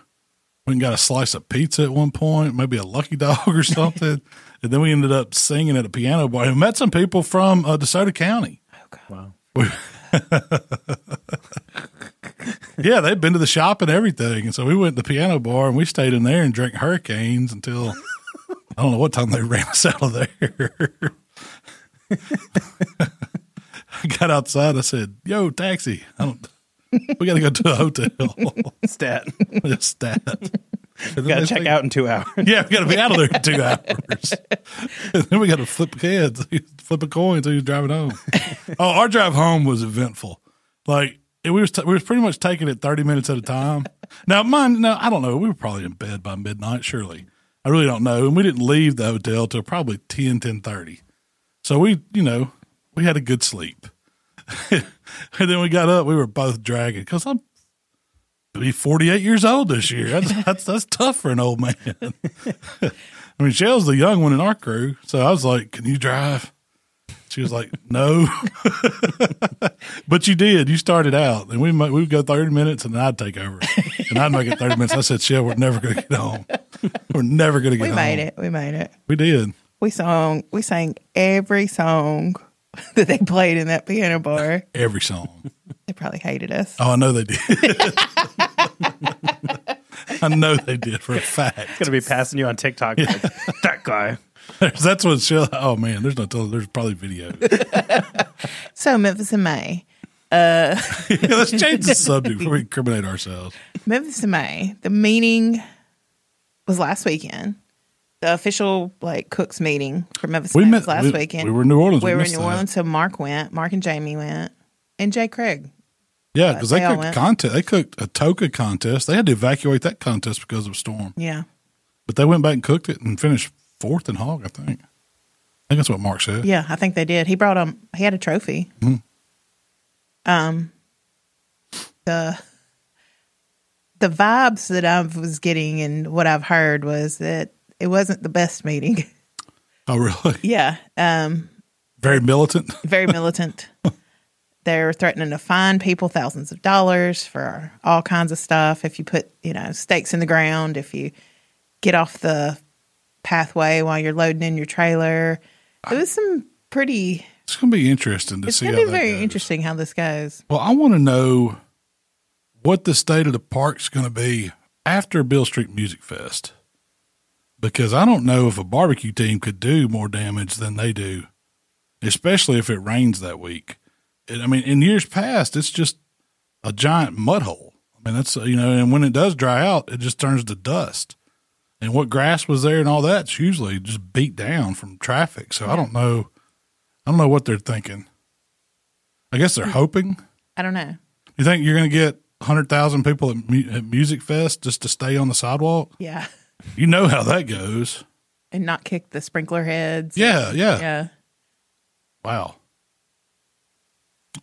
S2: We got a slice of pizza at one point, maybe a Lucky Dog or something. and then we ended up singing at a piano bar and met some people from uh, DeSoto County.
S4: Wow.
S2: Yeah, they've been to the shop and everything. And so we went to the piano bar and we stayed in there and drank hurricanes until I don't know what time they ran us out of there. I got outside. I said, "Yo, taxi! I don't. We got to go to a hotel.
S4: Stat.
S2: Just that.
S4: Got to check out in two hours.
S2: Yeah, we got to be out of there in two hours. and then we got to flip heads, flip a coin till you're driving home. oh, our drive home was eventful. Like it- we was t- we was pretty much taking it 30 minutes at a time. Now, mine, no, I don't know. We were probably in bed by midnight, surely. I really don't know. And we didn't leave the hotel till probably 10, 10.30. So we, you know, we had a good sleep. and then we got up. We were both dragging because I'm be 48 years old this year. That's, that's, that's tough for an old man. I mean, Shell's the young one in our crew. So I was like, Can you drive? She was like, No. but you did. You started out, and we might, we'd go 30 minutes, and I'd take over. And I'd make it 30 minutes. I said, Shell, we're never going to get home. We're never going to get
S3: We
S2: home.
S3: made it. We made it.
S2: We did.
S3: We sung. We sang every song that they played in that piano bar.
S2: Every song.
S3: They probably hated us.
S2: Oh, I know they did. I know they did for a fact.
S4: Gonna be passing you on TikTok. like, that guy.
S2: That's what she. Oh man, there's no telling. There's probably video.
S3: So Memphis in May.
S2: Yeah, let's change the subject before we incriminate ourselves.
S3: Memphis in May. The meeting was last weekend. The official like cooks meeting for Memphis in
S2: We
S3: May
S2: met-
S3: was last
S2: we-
S3: weekend.
S2: we were in New Orleans.
S3: We,
S2: We
S3: were in
S2: missed
S3: New
S2: that.
S3: Orleans. So Mark went. Mark and Jamie went, and Jay Craig.
S2: Yeah, because they
S3: They all
S2: cooked
S3: went.
S2: contest. They cooked a toka contest. They had to evacuate that contest because of a storm,
S3: Yeah.
S2: but they went back and cooked it and finished fourth in hog. I think. I think that's what Mark said.
S3: Yeah, I think they did. He brought um he had a trophy.
S2: Mm-hmm.
S3: Um the the vibes that I was getting and what I've heard was that it wasn't the best meeting.
S2: Oh, really?
S3: yeah. Um
S2: Very militant.
S3: very militant. They're threatening to fine people thousands of dollars for all kinds of stuff if you put, you know, stakes in the ground, if you get off the pathway while you're loading in your trailer. It was some pretty
S2: It's going to be interesting to
S3: It's
S2: see.
S3: gonna
S2: how
S3: be
S2: that
S3: very
S2: goes.
S3: interesting how this goes.
S2: Well, I want to know what the state of the park's going to be after Bill Street Music Fest, because I don't know if a barbecue team could do more damage than they do, especially if it rains that week. And, I mean, in years past, it's just a giant mud hole. I mean, that's you know, and when it does dry out, it just turns to dust. And what grass was there and all that's usually just beat down from traffic. So I don't know, I don't know what they're thinking. I guess they're hoping.
S3: I don't know.
S2: You think you're going to get 100,000 people at, mu- at Music Fest just to stay on the sidewalk?
S3: Yeah.
S2: You know how that goes.
S3: And not kick the sprinkler heads.
S2: Yeah, yeah.
S3: Yeah.
S2: Wow.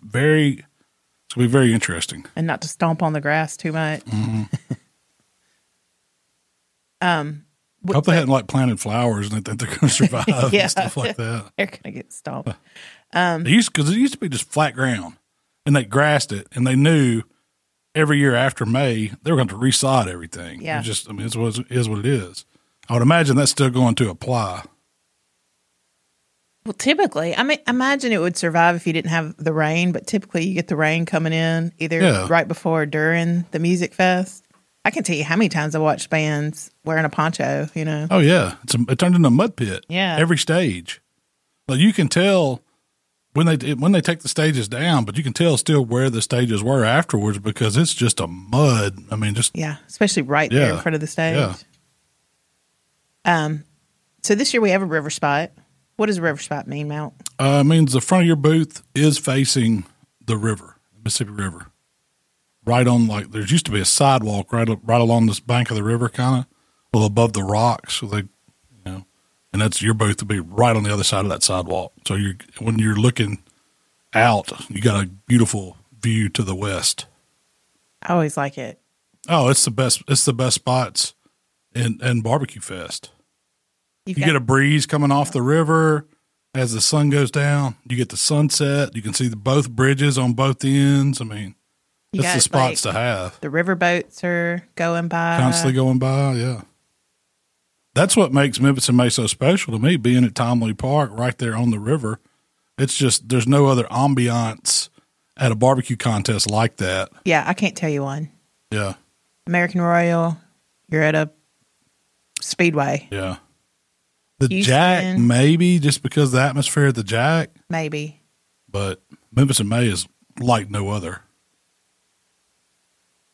S2: Very, it's going to be very interesting.
S3: And not to stomp on the grass too much.
S2: Mm-hmm.
S3: um
S2: I hope they hadn't like planted flowers and they think they're going to survive
S3: Yeah. Um,
S2: and stuff like that.
S3: they're gonna get stomped.
S2: They used because it used to be just flat ground, and they grassed it, and they knew every year after May they were going to resod everything.
S3: Yeah.
S2: It just I mean, it's what it is what it is. I would imagine that's still going to apply.
S3: Well, typically, I mean, imagine it would survive if you didn't have the rain, but typically you get the rain coming in either
S2: Yeah.
S3: right before or during the music fest. I can tell you how many times I watched bands wearing a poncho, you know.
S2: Oh yeah, it's a, it turned into a mud pit.
S3: Yeah.
S2: every stage. Like you can tell when they when they take the stages down, but you can tell still where the stages were afterwards because it's just a mud. I mean, just
S3: Yeah, especially right there in
S2: Yeah.
S3: front of the stage.
S2: Yeah.
S3: Um, so this year we have a river spot. What does a river spot mean, Mount?
S2: uh, means the front of your booth is facing the river, Mississippi River, right on like there used to be a sidewalk right up- right along this bank of the river, kind of well above the rocks. So they, you know, and that's your boat to be right on the other side of that sidewalk. So you are when you're looking out, you got a beautiful view to the west.
S3: I always like it.
S2: Oh, it's the best. It's the best spots in in barbecue fest.
S3: You've
S2: You
S3: got-
S2: get a breeze coming off the river as the sun goes down. You get the sunset. You can see the, both bridges on both ends. I mean,
S3: you
S2: it's
S3: got,
S2: the spots
S3: like,
S2: to
S3: uh,
S2: have.
S3: The river boats are going by.
S2: Constantly going by, yeah. That's what makes Memphis and May so special to me, being at Tomley Park right there on the river. It's just, there's no other ambiance at a barbecue contest like that.
S3: Yeah, I can't tell you one.
S2: Yeah,
S3: American Royal, you're at a speedway,
S2: yeah. The
S3: Houston.
S2: Jack, maybe just because of the atmosphere at the Jack,
S3: maybe.
S2: but Memphis and May is like no other.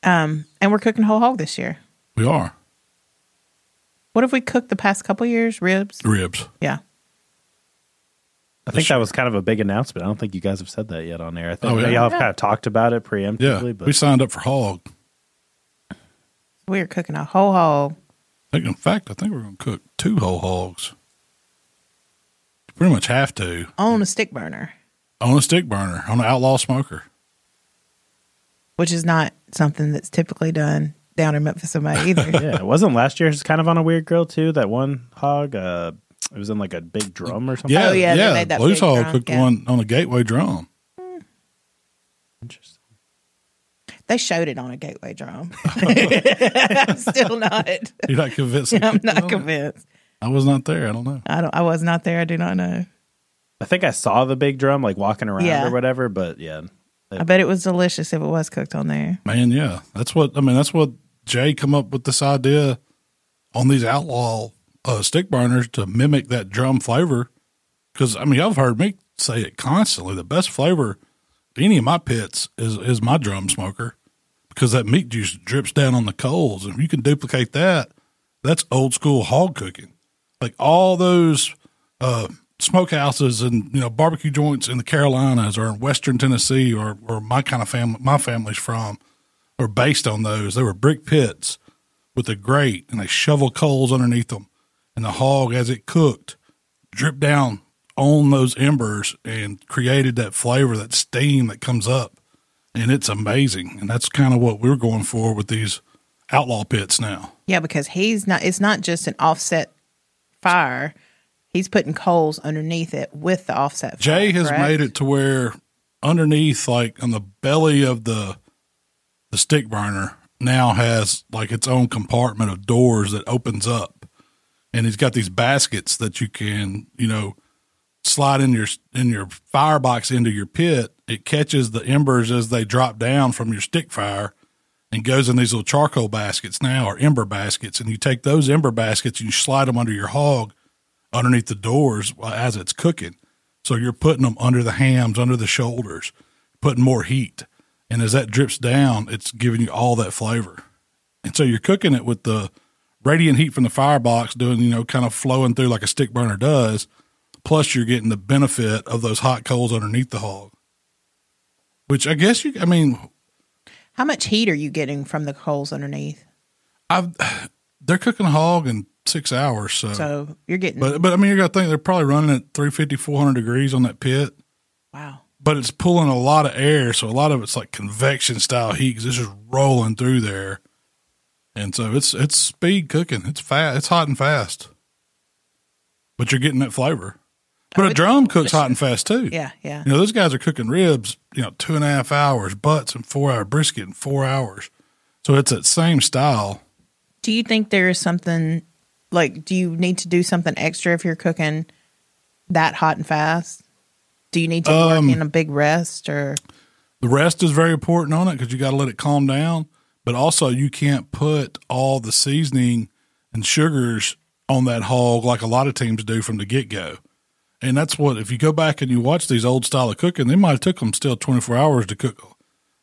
S3: Um, and we're cooking whole hog this year.
S2: We are
S3: What have we cooked the past couple years? Ribs.
S2: ribs.
S3: Yeah.
S4: I think that was kind of a big announcement. I don't think you guys have said that yet on air. I think
S2: Oh, yeah.
S4: y'all have
S3: Yeah.
S4: kind of talked about it
S2: Yeah,
S4: preemptively,
S2: we
S4: but
S2: signed up for hog.
S3: We are cooking a whole hog.
S2: I think, in fact, I think we're going to cook two whole hogs. Pretty much have to
S3: on a stick burner,
S2: on a stick burner on an outlaw smoker.
S3: which is not something that's typically done down in Memphis, May either.
S4: yeah, it wasn't last year. It's kind of on a weird grill too. That one hog, uh, it was in like a big drum or something.
S2: Yeah,
S3: Oh, yeah,
S2: yeah.
S3: they made that
S2: Blues
S3: big
S2: Hog
S3: drum,
S2: cooked
S3: yeah.
S2: one on a gateway drum.
S4: Interesting.
S3: they showed it on a gateway drum. I'm still not.
S2: You're not convinced?
S3: I'm not convinced.
S2: I was not there. I don't know.
S3: I don't. I was not there. I do not know.
S4: I think I saw the big drum like walking around
S3: Yeah.
S4: or whatever, but yeah,
S3: I bet it was delicious if it was cooked on there.
S2: Man, yeah, that's what I mean. That's what Jay come up with this idea on these outlaw uh, stick burners to mimic that drum flavor. Because I mean, I've heard me say it constantly. The best flavor any of my pits is is my drum smoker because that meat juice drips down on the coals. And if you can duplicate that, that's old school hog cooking. Like all those uh, smokehouses and you know barbecue joints in the Carolinas or in Western Tennessee or where my kind of family my family's from are based on those. They were brick pits with a grate and they shovel coals underneath them, and the hog as it cooked dripped down on those embers and created that flavor, that steam that comes up, and it's amazing. And that's kind of what we're going for with these outlaw pits now.
S3: Yeah, because he's not. It's not just an offset fire. He's putting coals underneath it with the offset. Fire,
S2: Jay has
S3: correct?
S2: made it to where underneath, like on the belly of the the stick burner, now has like its own compartment of doors that opens up, and he's got these baskets that you can, you know, slide in your in your firebox into your pit. It catches the embers as they drop down from your stick fire. And goes in these little charcoal baskets now, or ember baskets, and you take those ember baskets and you slide them under your hog, underneath the doors while- as it's cooking. So you're putting them under the hams, under the shoulders, putting more heat. And as that drips down, it's giving you all that flavor. And so you're cooking it with the radiant heat from the firebox doing, you know, kind of flowing through like a stick burner does. Plus, you're getting the benefit of those hot coals underneath the hog, which I guess you, I mean,
S3: How much heat are you getting from the coals underneath?
S2: I've, they're cooking a hog in six hours.
S3: So you're getting
S2: Uh, But but I mean, you got to think they're probably running at 350, 400 degrees on that pit,
S3: wow.
S2: but it's pulling a lot of air, so a lot of it's like convection style heat because it's just rolling through there, and so it's it's speed cooking. It's fast. It's hot and fast, but you're getting that flavor. But a drum cooks hot and fast too.
S3: Yeah, yeah.
S2: You know, those guys are cooking ribs, you know, two and a half hours, butts and four hour brisket in four hours. So it's that same style.
S3: Do you think there is something like do you need to do something extra if you're cooking that hot and fast? Do you need to
S2: Um,
S3: work in a big rest or
S2: The rest is very important on it because you got to let it calm down. But also, you can't put all the seasoning and sugars on that hog like a lot of teams do from the get go. And that's what if you go back and you watch these old style of cooking, they might have took them still twenty four hours to cook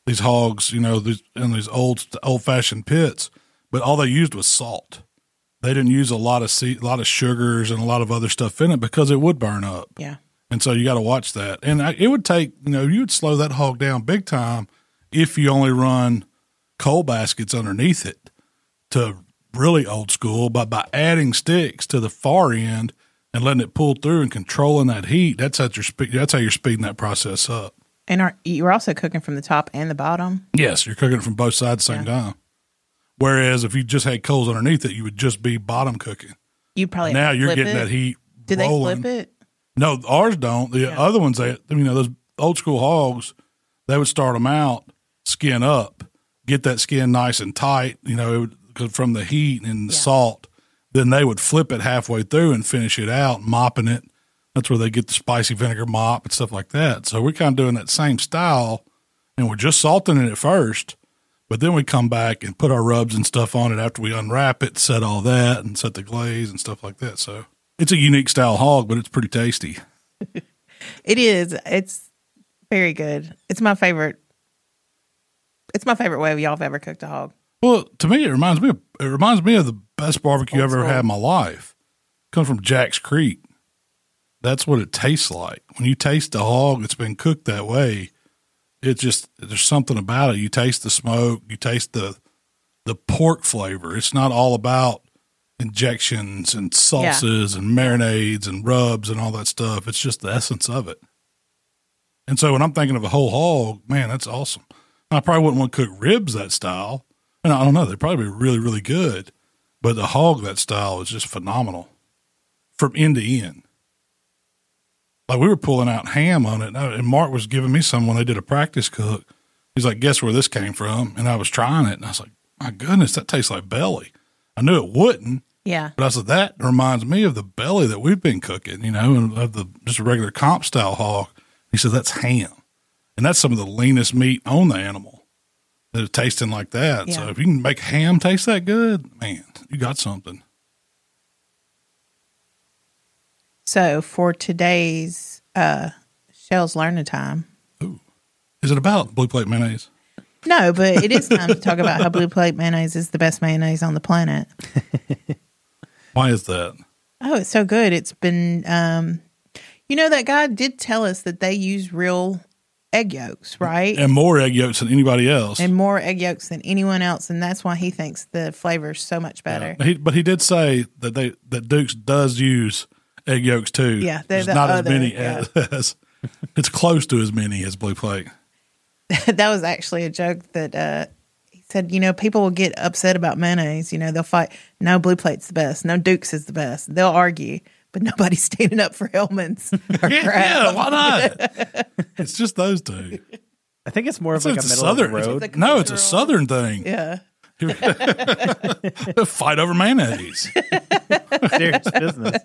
S2: these hogs, you know, these, in these old old fashioned pits. But all they used was salt. They didn't use a lot of sea, a lot of sugars and a lot of other stuff in it because it would burn up.
S3: yeah.
S2: And so you got to watch that. And I, it would take, you know, you would slow that hog down big time if you only run coal baskets underneath it to really old school, but by adding sticks to the far end and letting it pull through and controlling that heat, that's how you're spe- that's how you're speeding that process up.
S3: And are, you're also cooking from the top and the bottom.
S2: Yes, you're cooking it from both sides at the same time. Whereas if you just had coals underneath it, you would just be bottom cooking.
S3: You probably
S2: now
S3: have to
S2: you're
S3: flip
S2: getting
S3: it.
S2: that heat.
S3: Did
S2: rolling.
S3: they flip it?
S2: No, ours don't. The other ones, they you know those old school hogs, they would start them out skin up, get that skin nice and tight, you know, it would- 'cause from the heat and the salt. Then they would flip it halfway through and finish it out, mopping it. That's where they get the spicy vinegar mop and stuff like that. So we're kind of doing that same style, and we're just salting it at first, but then we come back and put our rubs and stuff on it after we unwrap it, set all that, and set the glaze and stuff like that. So it's a unique style hog, but it's pretty tasty.
S3: It is. It's very good. It's my favorite. It's my favorite way y'all have ever cooked a hog.
S2: Well, to me, it reminds me of, it reminds me of the best barbecue I've ever had in my life. Comes from Jack's Creek. That's what it tastes like. When you taste the hog that's been cooked that way, it just there's something about it. You taste the smoke, you taste the the pork flavor. It's not all about injections and salsas and marinades and rubs and all that stuff. It's just the essence of it. And so when I'm thinking of a whole hog, man, that's awesome. I probably wouldn't want to cook ribs that style. And I don't know, they'd probably be really, really good. But the hog that style is just phenomenal from end to end. Like we were pulling out ham on it, and I- and Mark was giving me some when they did a practice cook. He's like, "Guess where this came from?" And I was trying it, and I was like, "My goodness, that tastes like belly." I knew it wouldn't,
S3: Yeah.
S2: but I said that reminds me of the belly that we've been cooking, you know, and of the just a regular comp style hog. He said that's ham, and that's some of the leanest meat on the animal that is tasting like that. So
S3: Yeah.
S2: if you can make ham taste that good, man, you got something.
S3: So for today's uh Shell's learning time.
S2: Is it about blue plate mayonnaise?
S3: No, but it is time to talk about how blue plate mayonnaise is the best mayonnaise on the planet.
S2: Why is that?
S3: Oh, it's so good. It's been um you know that guy did tell us that they use real egg yolks, right?
S2: And more egg yolks than anybody else.
S3: and more egg yolks than anyone else, and that's why he thinks the flavor's so much better.
S2: He, but he did say that they that Dukes does use egg yolks too.
S3: Yeah, they're
S2: Just
S3: the
S2: not
S3: other,
S2: as many
S3: yeah.
S2: as, as it's close to as many as blue plate.
S3: that was actually a joke that uh, he said. You know, people will get upset about mayonnaise. You know, they'll fight. No, Blue Plate's the best. No, Duke's is the best. They'll argue, but nobody's standing up for Hellman's. or
S2: Yeah, yeah,
S3: Kraft.
S2: why not? it's just those two.
S4: I think it's more of
S2: So
S4: like a
S2: it's a
S4: middle
S2: southern.
S4: of the
S2: it's-
S4: road.
S3: It's a
S2: no, it's a
S3: cultural-
S2: southern thing.
S3: yeah.
S2: Fight over mayonnaise.
S4: serious business.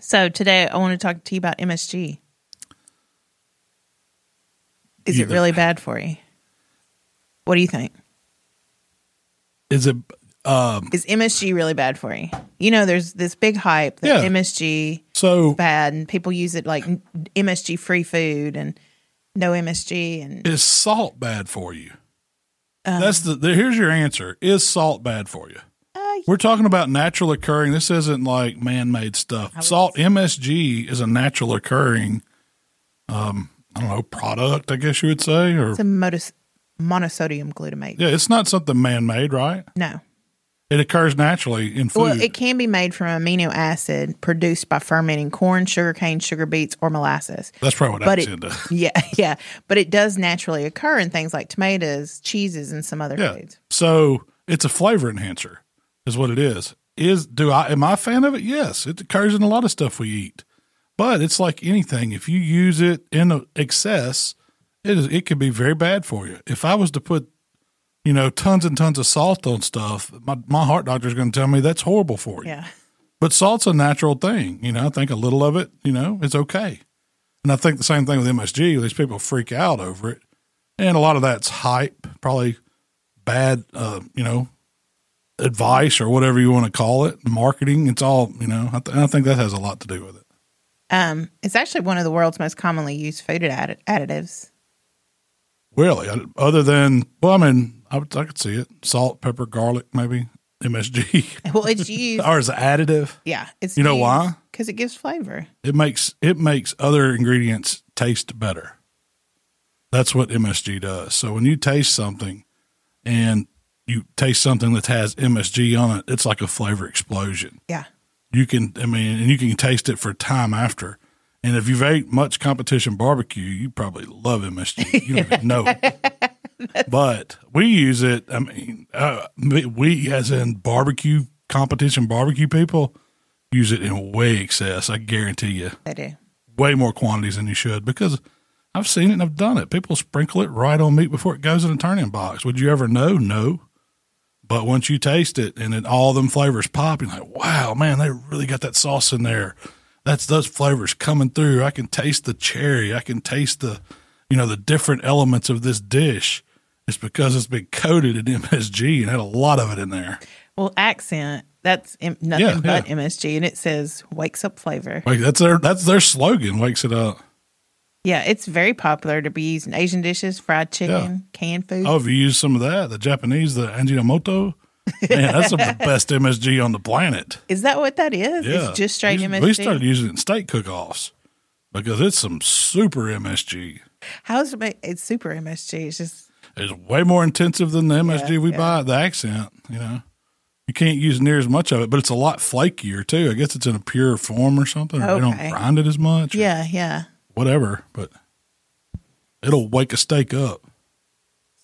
S3: So today I want to talk to you about MSG. Is
S2: You
S3: it
S2: look-
S3: really bad for you? What do you think?
S2: Is it? Um,
S3: Is MSG really bad for you? You know, there's this big hype that
S2: Yeah.
S3: MSG
S2: so
S3: bad and people use it like MSG free food and no MSG and
S2: is salt bad for you? That's the, the. Here's your answer. Is salt bad for you?
S3: uh,
S2: We're talking about natural occurring. This isn't like man-made stuff. Salt MSG is a natural occurring, um, I don't know, product. I guess you would say, or
S3: it's a monos- monosodium glutamate.
S2: yeah, it's not something man-made, right?
S3: No.
S2: It occurs naturally in food.
S3: Well, it can be made from amino acid produced by fermenting corn, sugarcane, sugar beets, or molasses.
S2: That's probably what
S3: but
S2: I
S3: it,
S2: said. to-
S3: yeah, yeah, but it does naturally occur in things like tomatoes, cheeses, and some other
S2: Yeah.
S3: foods.
S2: So it's a flavor enhancer, is what it is. Is do I am I a fan of it? Yes, it occurs in a lot of stuff we eat, but it's like anything. If you use it in excess, it is it can be very bad for you. If I was to put, you know, tons and tons of salt on stuff, my my heart doctor is going to tell me that's horrible for you.
S3: Yeah,
S2: But salt's a natural thing. You know, I think a little of it, you know, is okay. And I think the same thing with MSG. These people freak out over it. And a lot of that's hype, probably bad, uh, you know, advice or whatever you want to call it, marketing. It's all, you know, I, th- and I think that has a lot to do with it.
S3: um, it's actually one of the world's most commonly used food addit- additives.
S2: Really, I- other than, well, I mean, I, would- I could see it salt, pepper, garlic, maybe MSG,
S3: Well, it's used.
S2: or as an additive.
S3: yeah, it's
S2: You know why?
S3: Because it gives flavor.
S2: It makes it makes other ingredients taste better. That's what MSG does. So when you taste something and you taste something that has MSG on it, it's like a flavor explosion.
S3: Yeah.
S2: You can, I mean, and you can taste it for time after. And if you've ate much competition barbecue, you probably love MSG. You don't even know. it. But we use it. I mean, uh, we as in barbecue competition barbecue people use it in way excess. I guarantee you,
S3: They do.
S2: way more quantities than you should because I've seen it and I've done it. People sprinkle it right on meat before it goes in a turn-in box. Would you ever know? No. But once you taste it and it, all them flavors pop, you're like, wow, man, they really got that sauce in there. That's those flavors coming through. I can taste the cherry. I can taste the, you know, the different elements of this dish. It's because it's been coated in MSG and had a lot of it in there.
S3: Well, accent. That's M- nothing
S2: Yeah,
S3: but
S2: yeah.
S3: MSG, and it says wakes up flavor.
S2: Like that's their that's their slogan. Wakes it up.
S3: Yeah, it's very popular to be used in Asian dishes, fried chicken, canned food.
S2: Oh, have you used some of that? The Japanese, the Anjinomoto. Man, that's some of the best MSG on the planet.
S3: Is that what that is?
S2: Yeah,
S3: It's just straight
S2: we,
S3: MSG.
S2: We started using it in steak cook-offs because it's some super MSG.
S3: How is it? ma- It's super MSG. It's just
S2: It's way more intensive than the MSG we buy at the accent. You know, you can't use near as much of it, but it's a lot flakier too. I guess it's in a purer form or something. Or They
S3: Okay.
S2: don't grind it as much. or
S3: yeah, yeah.
S2: whatever. But it'll wake a steak up.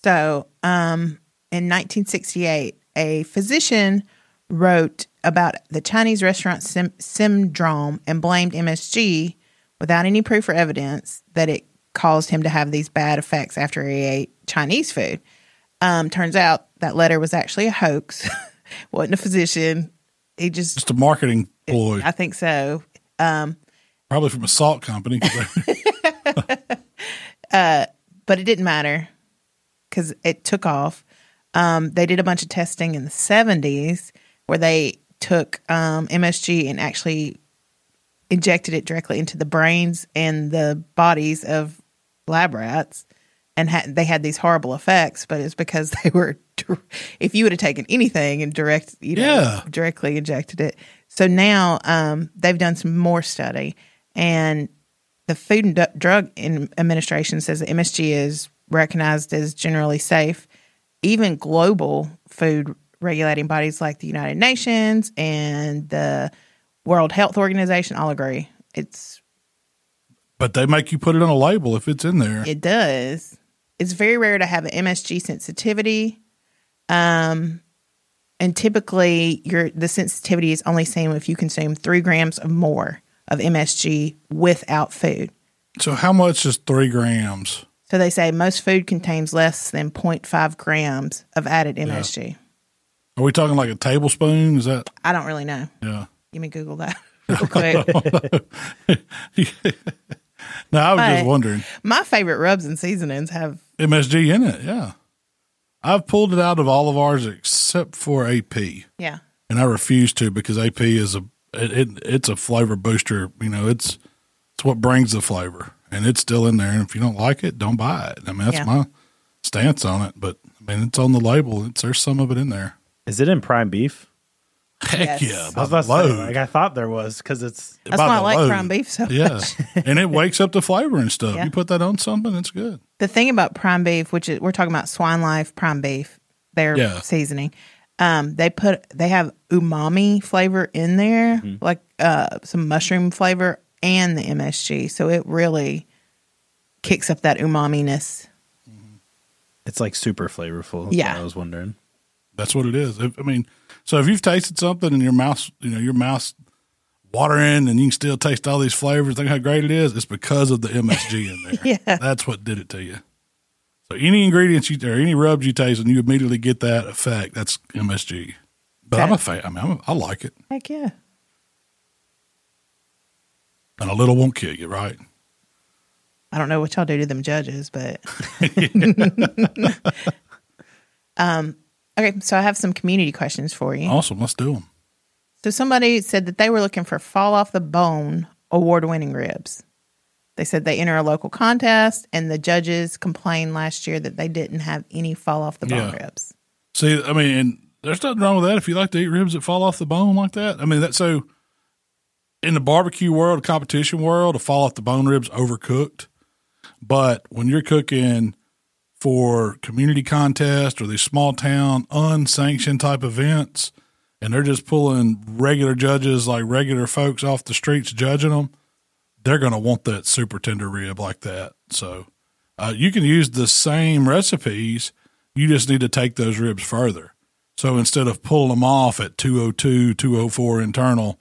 S3: So, um, in 1968, a physician wrote about the Chinese restaurant sym- syndrome and blamed MSG without any proof or evidence that it caused him to have these bad effects after he ate Chinese food. Um, turns out that letter was actually a hoax. wasn't a physician. He just,
S2: Just a marketing ploy,
S3: I think so.
S2: probably from a salt company. 'cause they-
S3: but it didn't matter because it took off. Um, they did a bunch of testing in the 70s where they took um, MSG and actually injected it directly into the brains and the bodies of lab rats. And had, they had these horrible effects, but it's because they were. dir- If you would have taken anything and direct, you know,
S2: Yeah.
S3: directly injected it. So now um, they've done some more study, and the Food and Du- Drug In- Administration says that MSG is recognized as generally safe. Even global food regulating bodies like the United Nations and the World Health Organization all agree. It's
S2: but they make you put it on a label if it's in there.
S3: it does. It's very rare to have an MSG sensitivity. Um, and typically, your the sensitivity is only seen if you consume three grams or more of MSG without food.
S2: So how much is three grams?
S3: So they say most food contains less than 0.5 grams of added MSG.
S2: Are we talking like a tablespoon? Is that
S3: I don't really know.
S2: yeah?
S3: Let me Google that real quick.
S2: No, I was just
S3: But-
S2: wondering.
S3: My favorite rubs and seasonings have
S2: MSG in it, yeah. I've pulled it out of all of ours except for AP, and
S3: yeah.
S2: I refuse to because AP is a it, it it's a flavor booster. You know, it's it's what brings the flavor, and it's still in there. And if you don't like it, don't buy it. I mean, that's
S3: Yeah.
S2: my stance on it. But I mean, it's on the label. It's there's some of it in there.
S4: Is it in prime beef?
S2: Heck
S3: Yes.
S2: yeah,
S4: I
S2: by
S4: was about
S2: the
S4: to say,
S2: load.
S4: like I thought there was because it's
S3: That's
S2: By
S3: why I
S2: the
S3: like
S2: load.
S3: prime beef so
S2: Yeah, and it wakes up the flavor and stuff.
S3: Yeah.
S2: You put that on something, it's good.
S3: the thing about prime beef, which is we're talking about swine life prime beef, their
S2: Yeah.
S3: seasoning. Um, they put they have umami flavor in there, like uh, some mushroom flavor and the MSG. So it really kicks up that umaminess.
S4: it's like super flavorful. That's
S3: Yeah.
S4: what I was wondering.
S2: That's what it is. If, I mean, so if you've tasted something and your mouth, you know, your mouth's watering and you can still taste all these flavors, think how great it is, it's because of the MSG in there.
S3: Yeah.
S2: That's what did it to you. So any ingredients you, or any rubs you taste and you immediately get that effect, that's MSG. But I'm a fan. I mean, I'm a, I like it.
S3: Heck yeah.
S2: And a little won't kill you, right?
S3: I don't know what y'all do to them judges, but um okay, so I have some community questions for you.
S2: Awesome. Let's do them.
S3: So somebody said that they were looking for fall off the bone award winning ribs. They said they enter a local contest and the judges complained last year that they didn't have any fall off the bone
S2: Yeah.
S3: ribs.
S2: See, I mean, and there's nothing wrong with that if you like to eat ribs that fall off the bone like that. I mean, that's so in the barbecue world, competition world, a fall off the bone ribs overcooked. But when you're cooking for community contest or these small town unsanctioned type events, and they're just pulling regular judges like regular folks off the streets judging them, they're going to want that super tender rib like that. So uh, you can use the same recipes. You just need to take those ribs further. So instead of pulling them off at 202, 204 internal,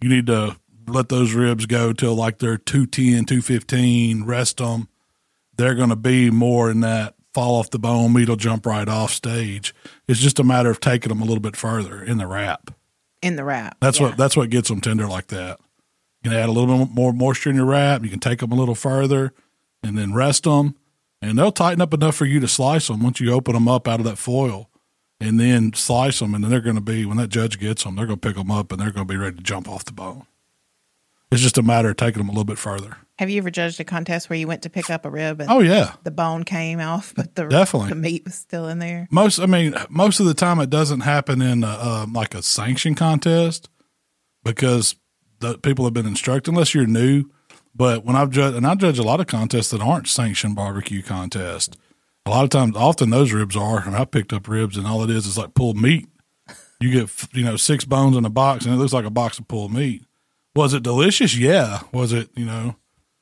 S2: you need to let those ribs go till like they're 210, 215, rest them. They're going to be more in that fall off the bone, meat'll jump right off stage. It's just a matter of taking them a little bit further in the wrap.
S3: in the wrap.
S2: That's
S3: Yeah.
S2: what that's what gets them tender like that. You can add a little bit more moisture in your wrap. You can take them a little further, and then rest them, and they'll tighten up enough for you to slice them once you open them up out of that foil, and then slice them, and then they're going to be when that judge gets them, they're going to pick them up, and they're going to be ready to jump off the bone. It's just a matter of taking them a little bit further.
S3: Have you ever judged a contest where you went to pick up a rib and
S2: Oh yeah,
S3: the bone came off, but the
S2: Definitely.
S3: the meat was still in there?
S2: most i mean most of the time it doesn't happen in a, um, like a sanction contest because the people have been instructed unless you're new but when i've judged and i judge a lot of contests that aren't sanctioned barbecue contests a lot of times often those ribs are and i picked up ribs and all it is is like pulled meat you get you know six bones in a box and it looks like a box of pulled meat was it delicious yeah was it you know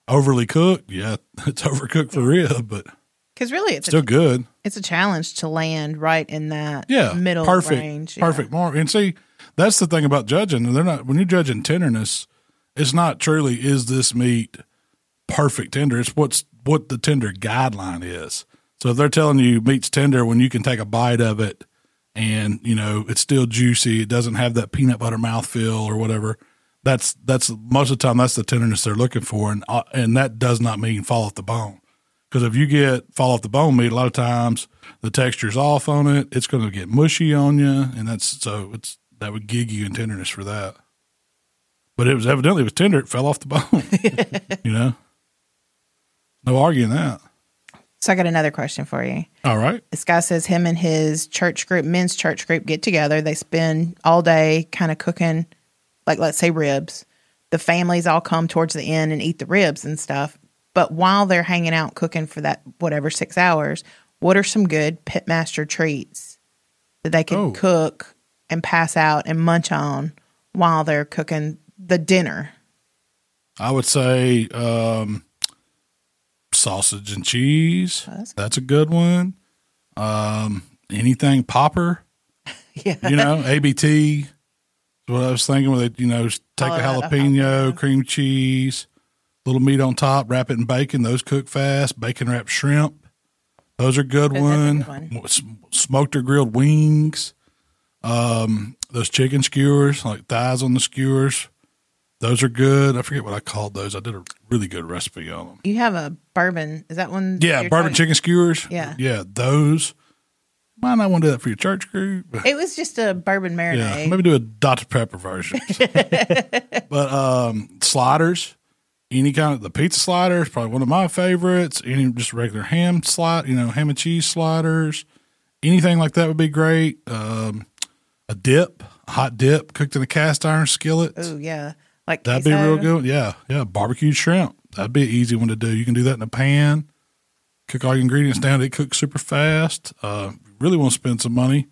S2: overly cooked yeah it's overcooked for rib but
S3: Because really, it's
S2: still
S3: a,
S2: good
S3: it's a challenge to land right in that
S2: yeah,
S3: middle
S2: perfect,
S3: range. Yeah.
S2: perfect mark. And see, that's the thing about judging. They're not when you're judging tenderness, it's not truly is this meat perfect tender. It's what's what the tender guideline is. So if they're telling you meat's tender when you can take a bite of it, and you know it's still juicy, it doesn't have that peanut butter mouthfeel or whatever. That's that's most of the time that's the tenderness they're looking for, and uh, and that does not mean fall off the bone. Because if you get fall off the bone meat, a lot of times the texture's off on it. It's going to get mushy on you, and that's so it's that would gig you in tenderness for that. But it was evidently it was tender. It fell off the bone. you know, no arguing that.
S3: So I got another question for you.
S2: All right.
S3: This guy says him and his church group, men's church group, get together. They spend all day kind of cooking, like let's say ribs. The families all come towards the end and eat the ribs and stuff. But while they're hanging out cooking for that whatever six hours, what are some good pitmaster treats that they can
S2: Oh.
S3: cook and pass out and munch on while they're cooking the dinner?
S2: I would say um, sausage and cheese.
S3: that's-
S2: That's a good one. Um, anything popper.
S3: Yeah.
S2: you know, ABT. is What I was thinking with it, you know, is take
S3: Oh,
S2: a
S3: that-
S2: jalapeno, cream cheese, little meat on top, wrap it in bacon. Those cook fast. Bacon wrapped shrimp. Those are good
S3: Those are good
S2: one.
S3: one.
S2: S- Smoked or grilled wings. Um, those chicken skewers, like thighs on the skewers. Those are good. I forget what I called those. I did a really good recipe on them.
S3: You have a bourbon. Is that one?
S2: Yeah,
S3: you're
S2: bourbon
S3: talking-
S2: chicken skewers.
S3: Yeah.
S2: Yeah, those. Might not want to do that for your church group.
S3: It was just a bourbon
S2: Yeah,
S3: marinade.
S2: maybe do a Dr. Pepper version. but um, sliders, any kind of the pizza slider is probably one of my favorites. Any just regular ham slide, you know, ham and cheese sliders, anything like that would be great. Um, a dip, a hot dip cooked in a cast iron skillet.
S3: Oh yeah, like
S2: That'd be
S3: queso.
S2: real good. Yeah, yeah. Barbecue shrimp. That'd be an easy one to do. You can do that in a pan. Cook all your ingredients down. It cooks super fast. Uh, really want to spend some money.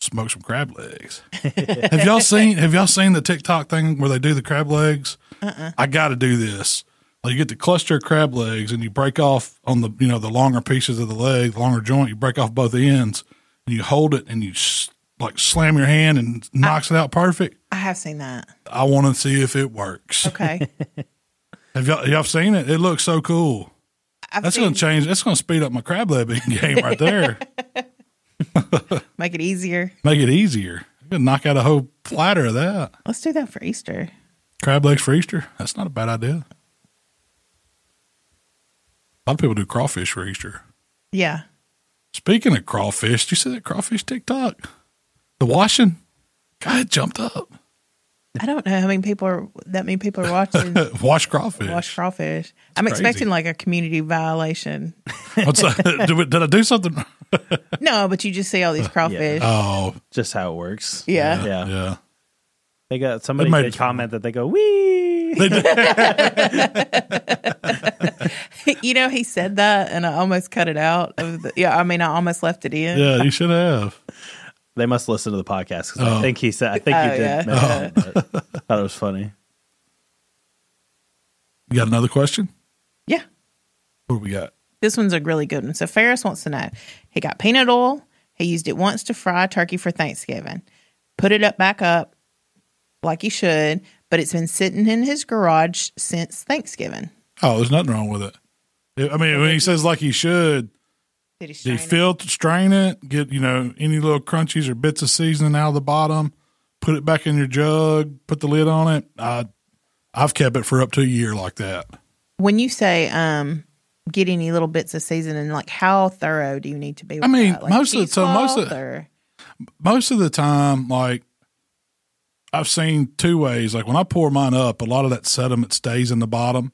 S2: Smoke some crab legs. have y'all seen? Have y'all seen the TikTok thing where they do the crab legs? I got to do this. Like you get the cluster of crab legs and you break off on the you know the longer pieces of the leg, longer joint. You break off both ends and you hold it and you s- like slam your hand and knocks it out perfect.
S3: I have seen that.
S2: I want to see if it works.
S3: Okay,
S2: Have y'all, y'all seen it? It looks so cool.
S3: I've
S2: That's
S3: seen,
S2: going to change. That's going to speed up my crab leg eating game right there.
S3: make it easier.
S2: Make it easier. I'm going to knock out a whole platter of that.
S3: Let's do that for Easter.
S2: Crab legs for Easter. That's not a bad idea. A lot of people do crawfish for Easter.
S3: Yeah,
S2: Speaking of crawfish, did you see that crawfish TikTok? The washing. God, it jumped up.
S3: I don't know how many people are that many people are watching
S2: Wash crawfish.
S3: wash crawfish. I'm
S2: crazy.
S3: expecting like a community violation.
S2: What's that? did, we- did I do something?
S3: No, but you just see all these crawfish. Yeah,
S2: Oh,
S4: Just how it works.
S3: yeah.
S4: Yeah.
S2: yeah.
S4: They got somebody
S2: It might-
S4: did comment that they go, wee.
S2: They did.
S3: you know, he said that, and I almost cut it out. Of the, yeah, I mean, I almost left it in.
S2: yeah, you should have.
S4: They must listen to the podcast because
S2: Oh.
S4: I think he said. I think
S3: Oh,
S4: he did.
S3: yeah.
S4: mention it, but I thought it was funny.
S2: You got another question?
S3: Yeah.
S2: What do we got?
S3: This one's a really good one. So Ferris wants to know. He got peanut oil. He used it once to fry turkey for Thanksgiving. Put it up back up like he should, but it's been sitting in his garage since Thanksgiving.
S2: Oh, there's nothing wrong with it. I mean, when he says like he should,
S3: Did he
S2: Do you
S3: strain it?
S2: filter, strain it, get you know any little crunchies or bits of seasoning out of the bottom, put it back in your jug, put the lid on it. I, I've kept it for up to a year like that.
S3: When you say um get any little bits of seasoning, like how thorough do you need to be with
S2: I mean,
S3: that? Like
S2: most of the- so most of-
S3: cheesecloth or-
S2: Most of the time, like I've seen two ways. Like when I pour mine up, a lot of that sediment stays in the bottom,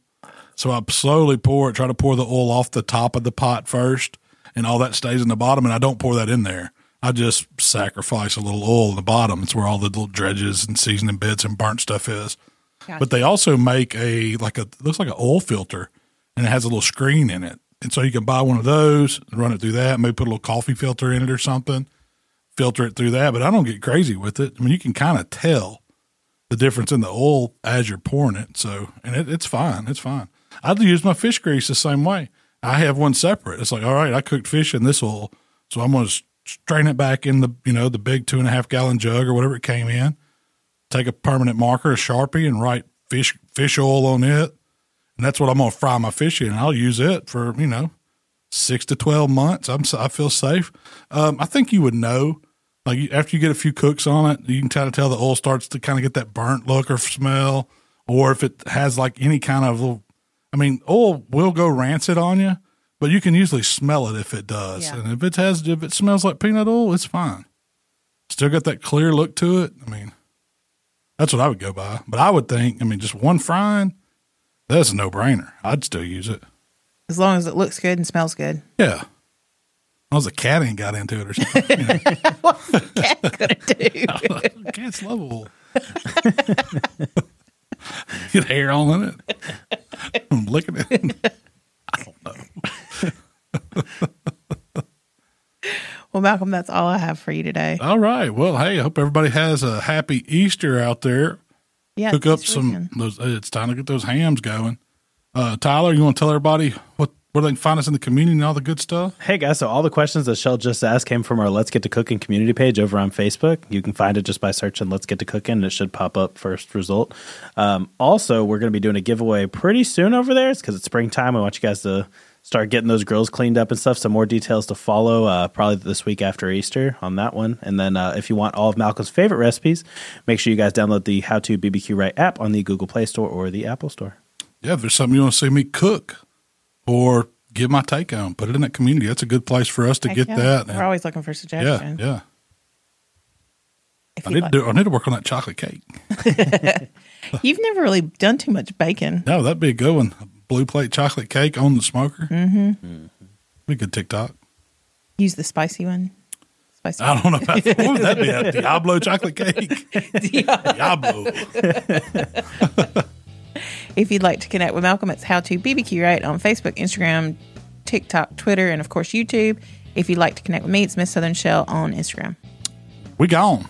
S2: so I slowly pour it. Try to pour the oil off the top of the pot first, and all that stays in the bottom. And I don't pour that in there. I just sacrifice a little oil in the bottom. It's where all the little dredges and seasoning bits and burnt stuff is.
S3: Gotcha.
S2: But they also make a like a looks like an oil filter, and it has a little screen in it, and so you can buy one of those and run it through that. Maybe put a little coffee filter in it or something, filter it through that. But I don't get crazy with it. I mean, you can kind of tell the difference in the oil as you're pouring it. So, and it, it's fine. It's fine. I use my fish grease the same way. I have one separate. It's like, all right, I cooked fish in this oil, so I'm going to strain it back in the you know the big two and a half gallon jug or whatever it came in take a permanent marker, a sharpie, and write fish fish oil on it. And that's what I'm gonna fry my fish in. And I'll use it for you know six to twelve months. I'm s- I feel safe. Um, I think you would know. Like you- after you get a few cooks on it, you can kind of tell the oil starts to kind of get that burnt look or smell, or if it has like any kind of little. I mean, oil will go rancid on you, but you can usually smell it if it does.
S3: Yeah.
S2: And if it has, if it smells like peanut oil, it's fine. Still got that clear look to it. I mean, that's what I would go by. But I would think, I mean, just one frying, that's a no brainer. I'd still use it.
S3: as long as it looks good and smells good.
S2: Yeah. I was a cat ain't got into it or something. you know.
S3: Gonna do.
S2: Cat's lovable. Get hair all in it. I'm licking it. I don't know.
S3: Well, Malcolm, that's all I have for you today.
S2: All right. Well, hey, I hope everybody has a happy Easter out there.
S3: Yeah,
S2: Cook up
S3: this
S2: some.
S3: weekend.
S2: Those, uh, it's time to get those hams going. Uh, Tyler, you want to tell everybody what where they can find us in the community and all the good stuff?
S4: Hey guys, so all the questions that Shell just asked came from our Let's Get to Cooking community page over on Facebook. You can find it just by searching Let's Get to Cooking, and it should pop up first result. Um, also, we're going to be doing a giveaway pretty soon over there. It's because it's springtime. I want you guys to start getting those grills cleaned up and stuff. Some more details to follow uh, probably this week after Easter on that one. And then uh, if you want all of Malcolm's favorite recipes, make sure you guys download the How to BBQ Right app on the Google Play Store or the Apple Store.
S2: Yeah, if there's something you want to see me cook or give my take on, put it in that community. That's a good place for us to
S3: Heck
S2: get
S3: yeah.
S2: that.
S3: We're
S2: And-
S3: always looking for
S2: yeah,
S3: suggestions.
S2: yeah.
S3: If
S2: I
S3: you'd
S2: need to
S3: like-
S2: do, I need to work on that chocolate cake.
S3: You've never really done too much baking.
S2: No, that'd be a good one. Blue plate chocolate cake on the smoker. Mm-hmm. Be good TikTok.
S3: Use the spicy one. Spicy.
S2: I don't know about what would that be a Diablo chocolate cake. Diablo.
S3: If you'd like to connect with Malcolm, it's How to BBQ Right on Facebook, Instagram, TikTok, Twitter, and of course YouTube. If you'd like to connect with me, it's Miss Southern Shell on Instagram.
S2: We gone.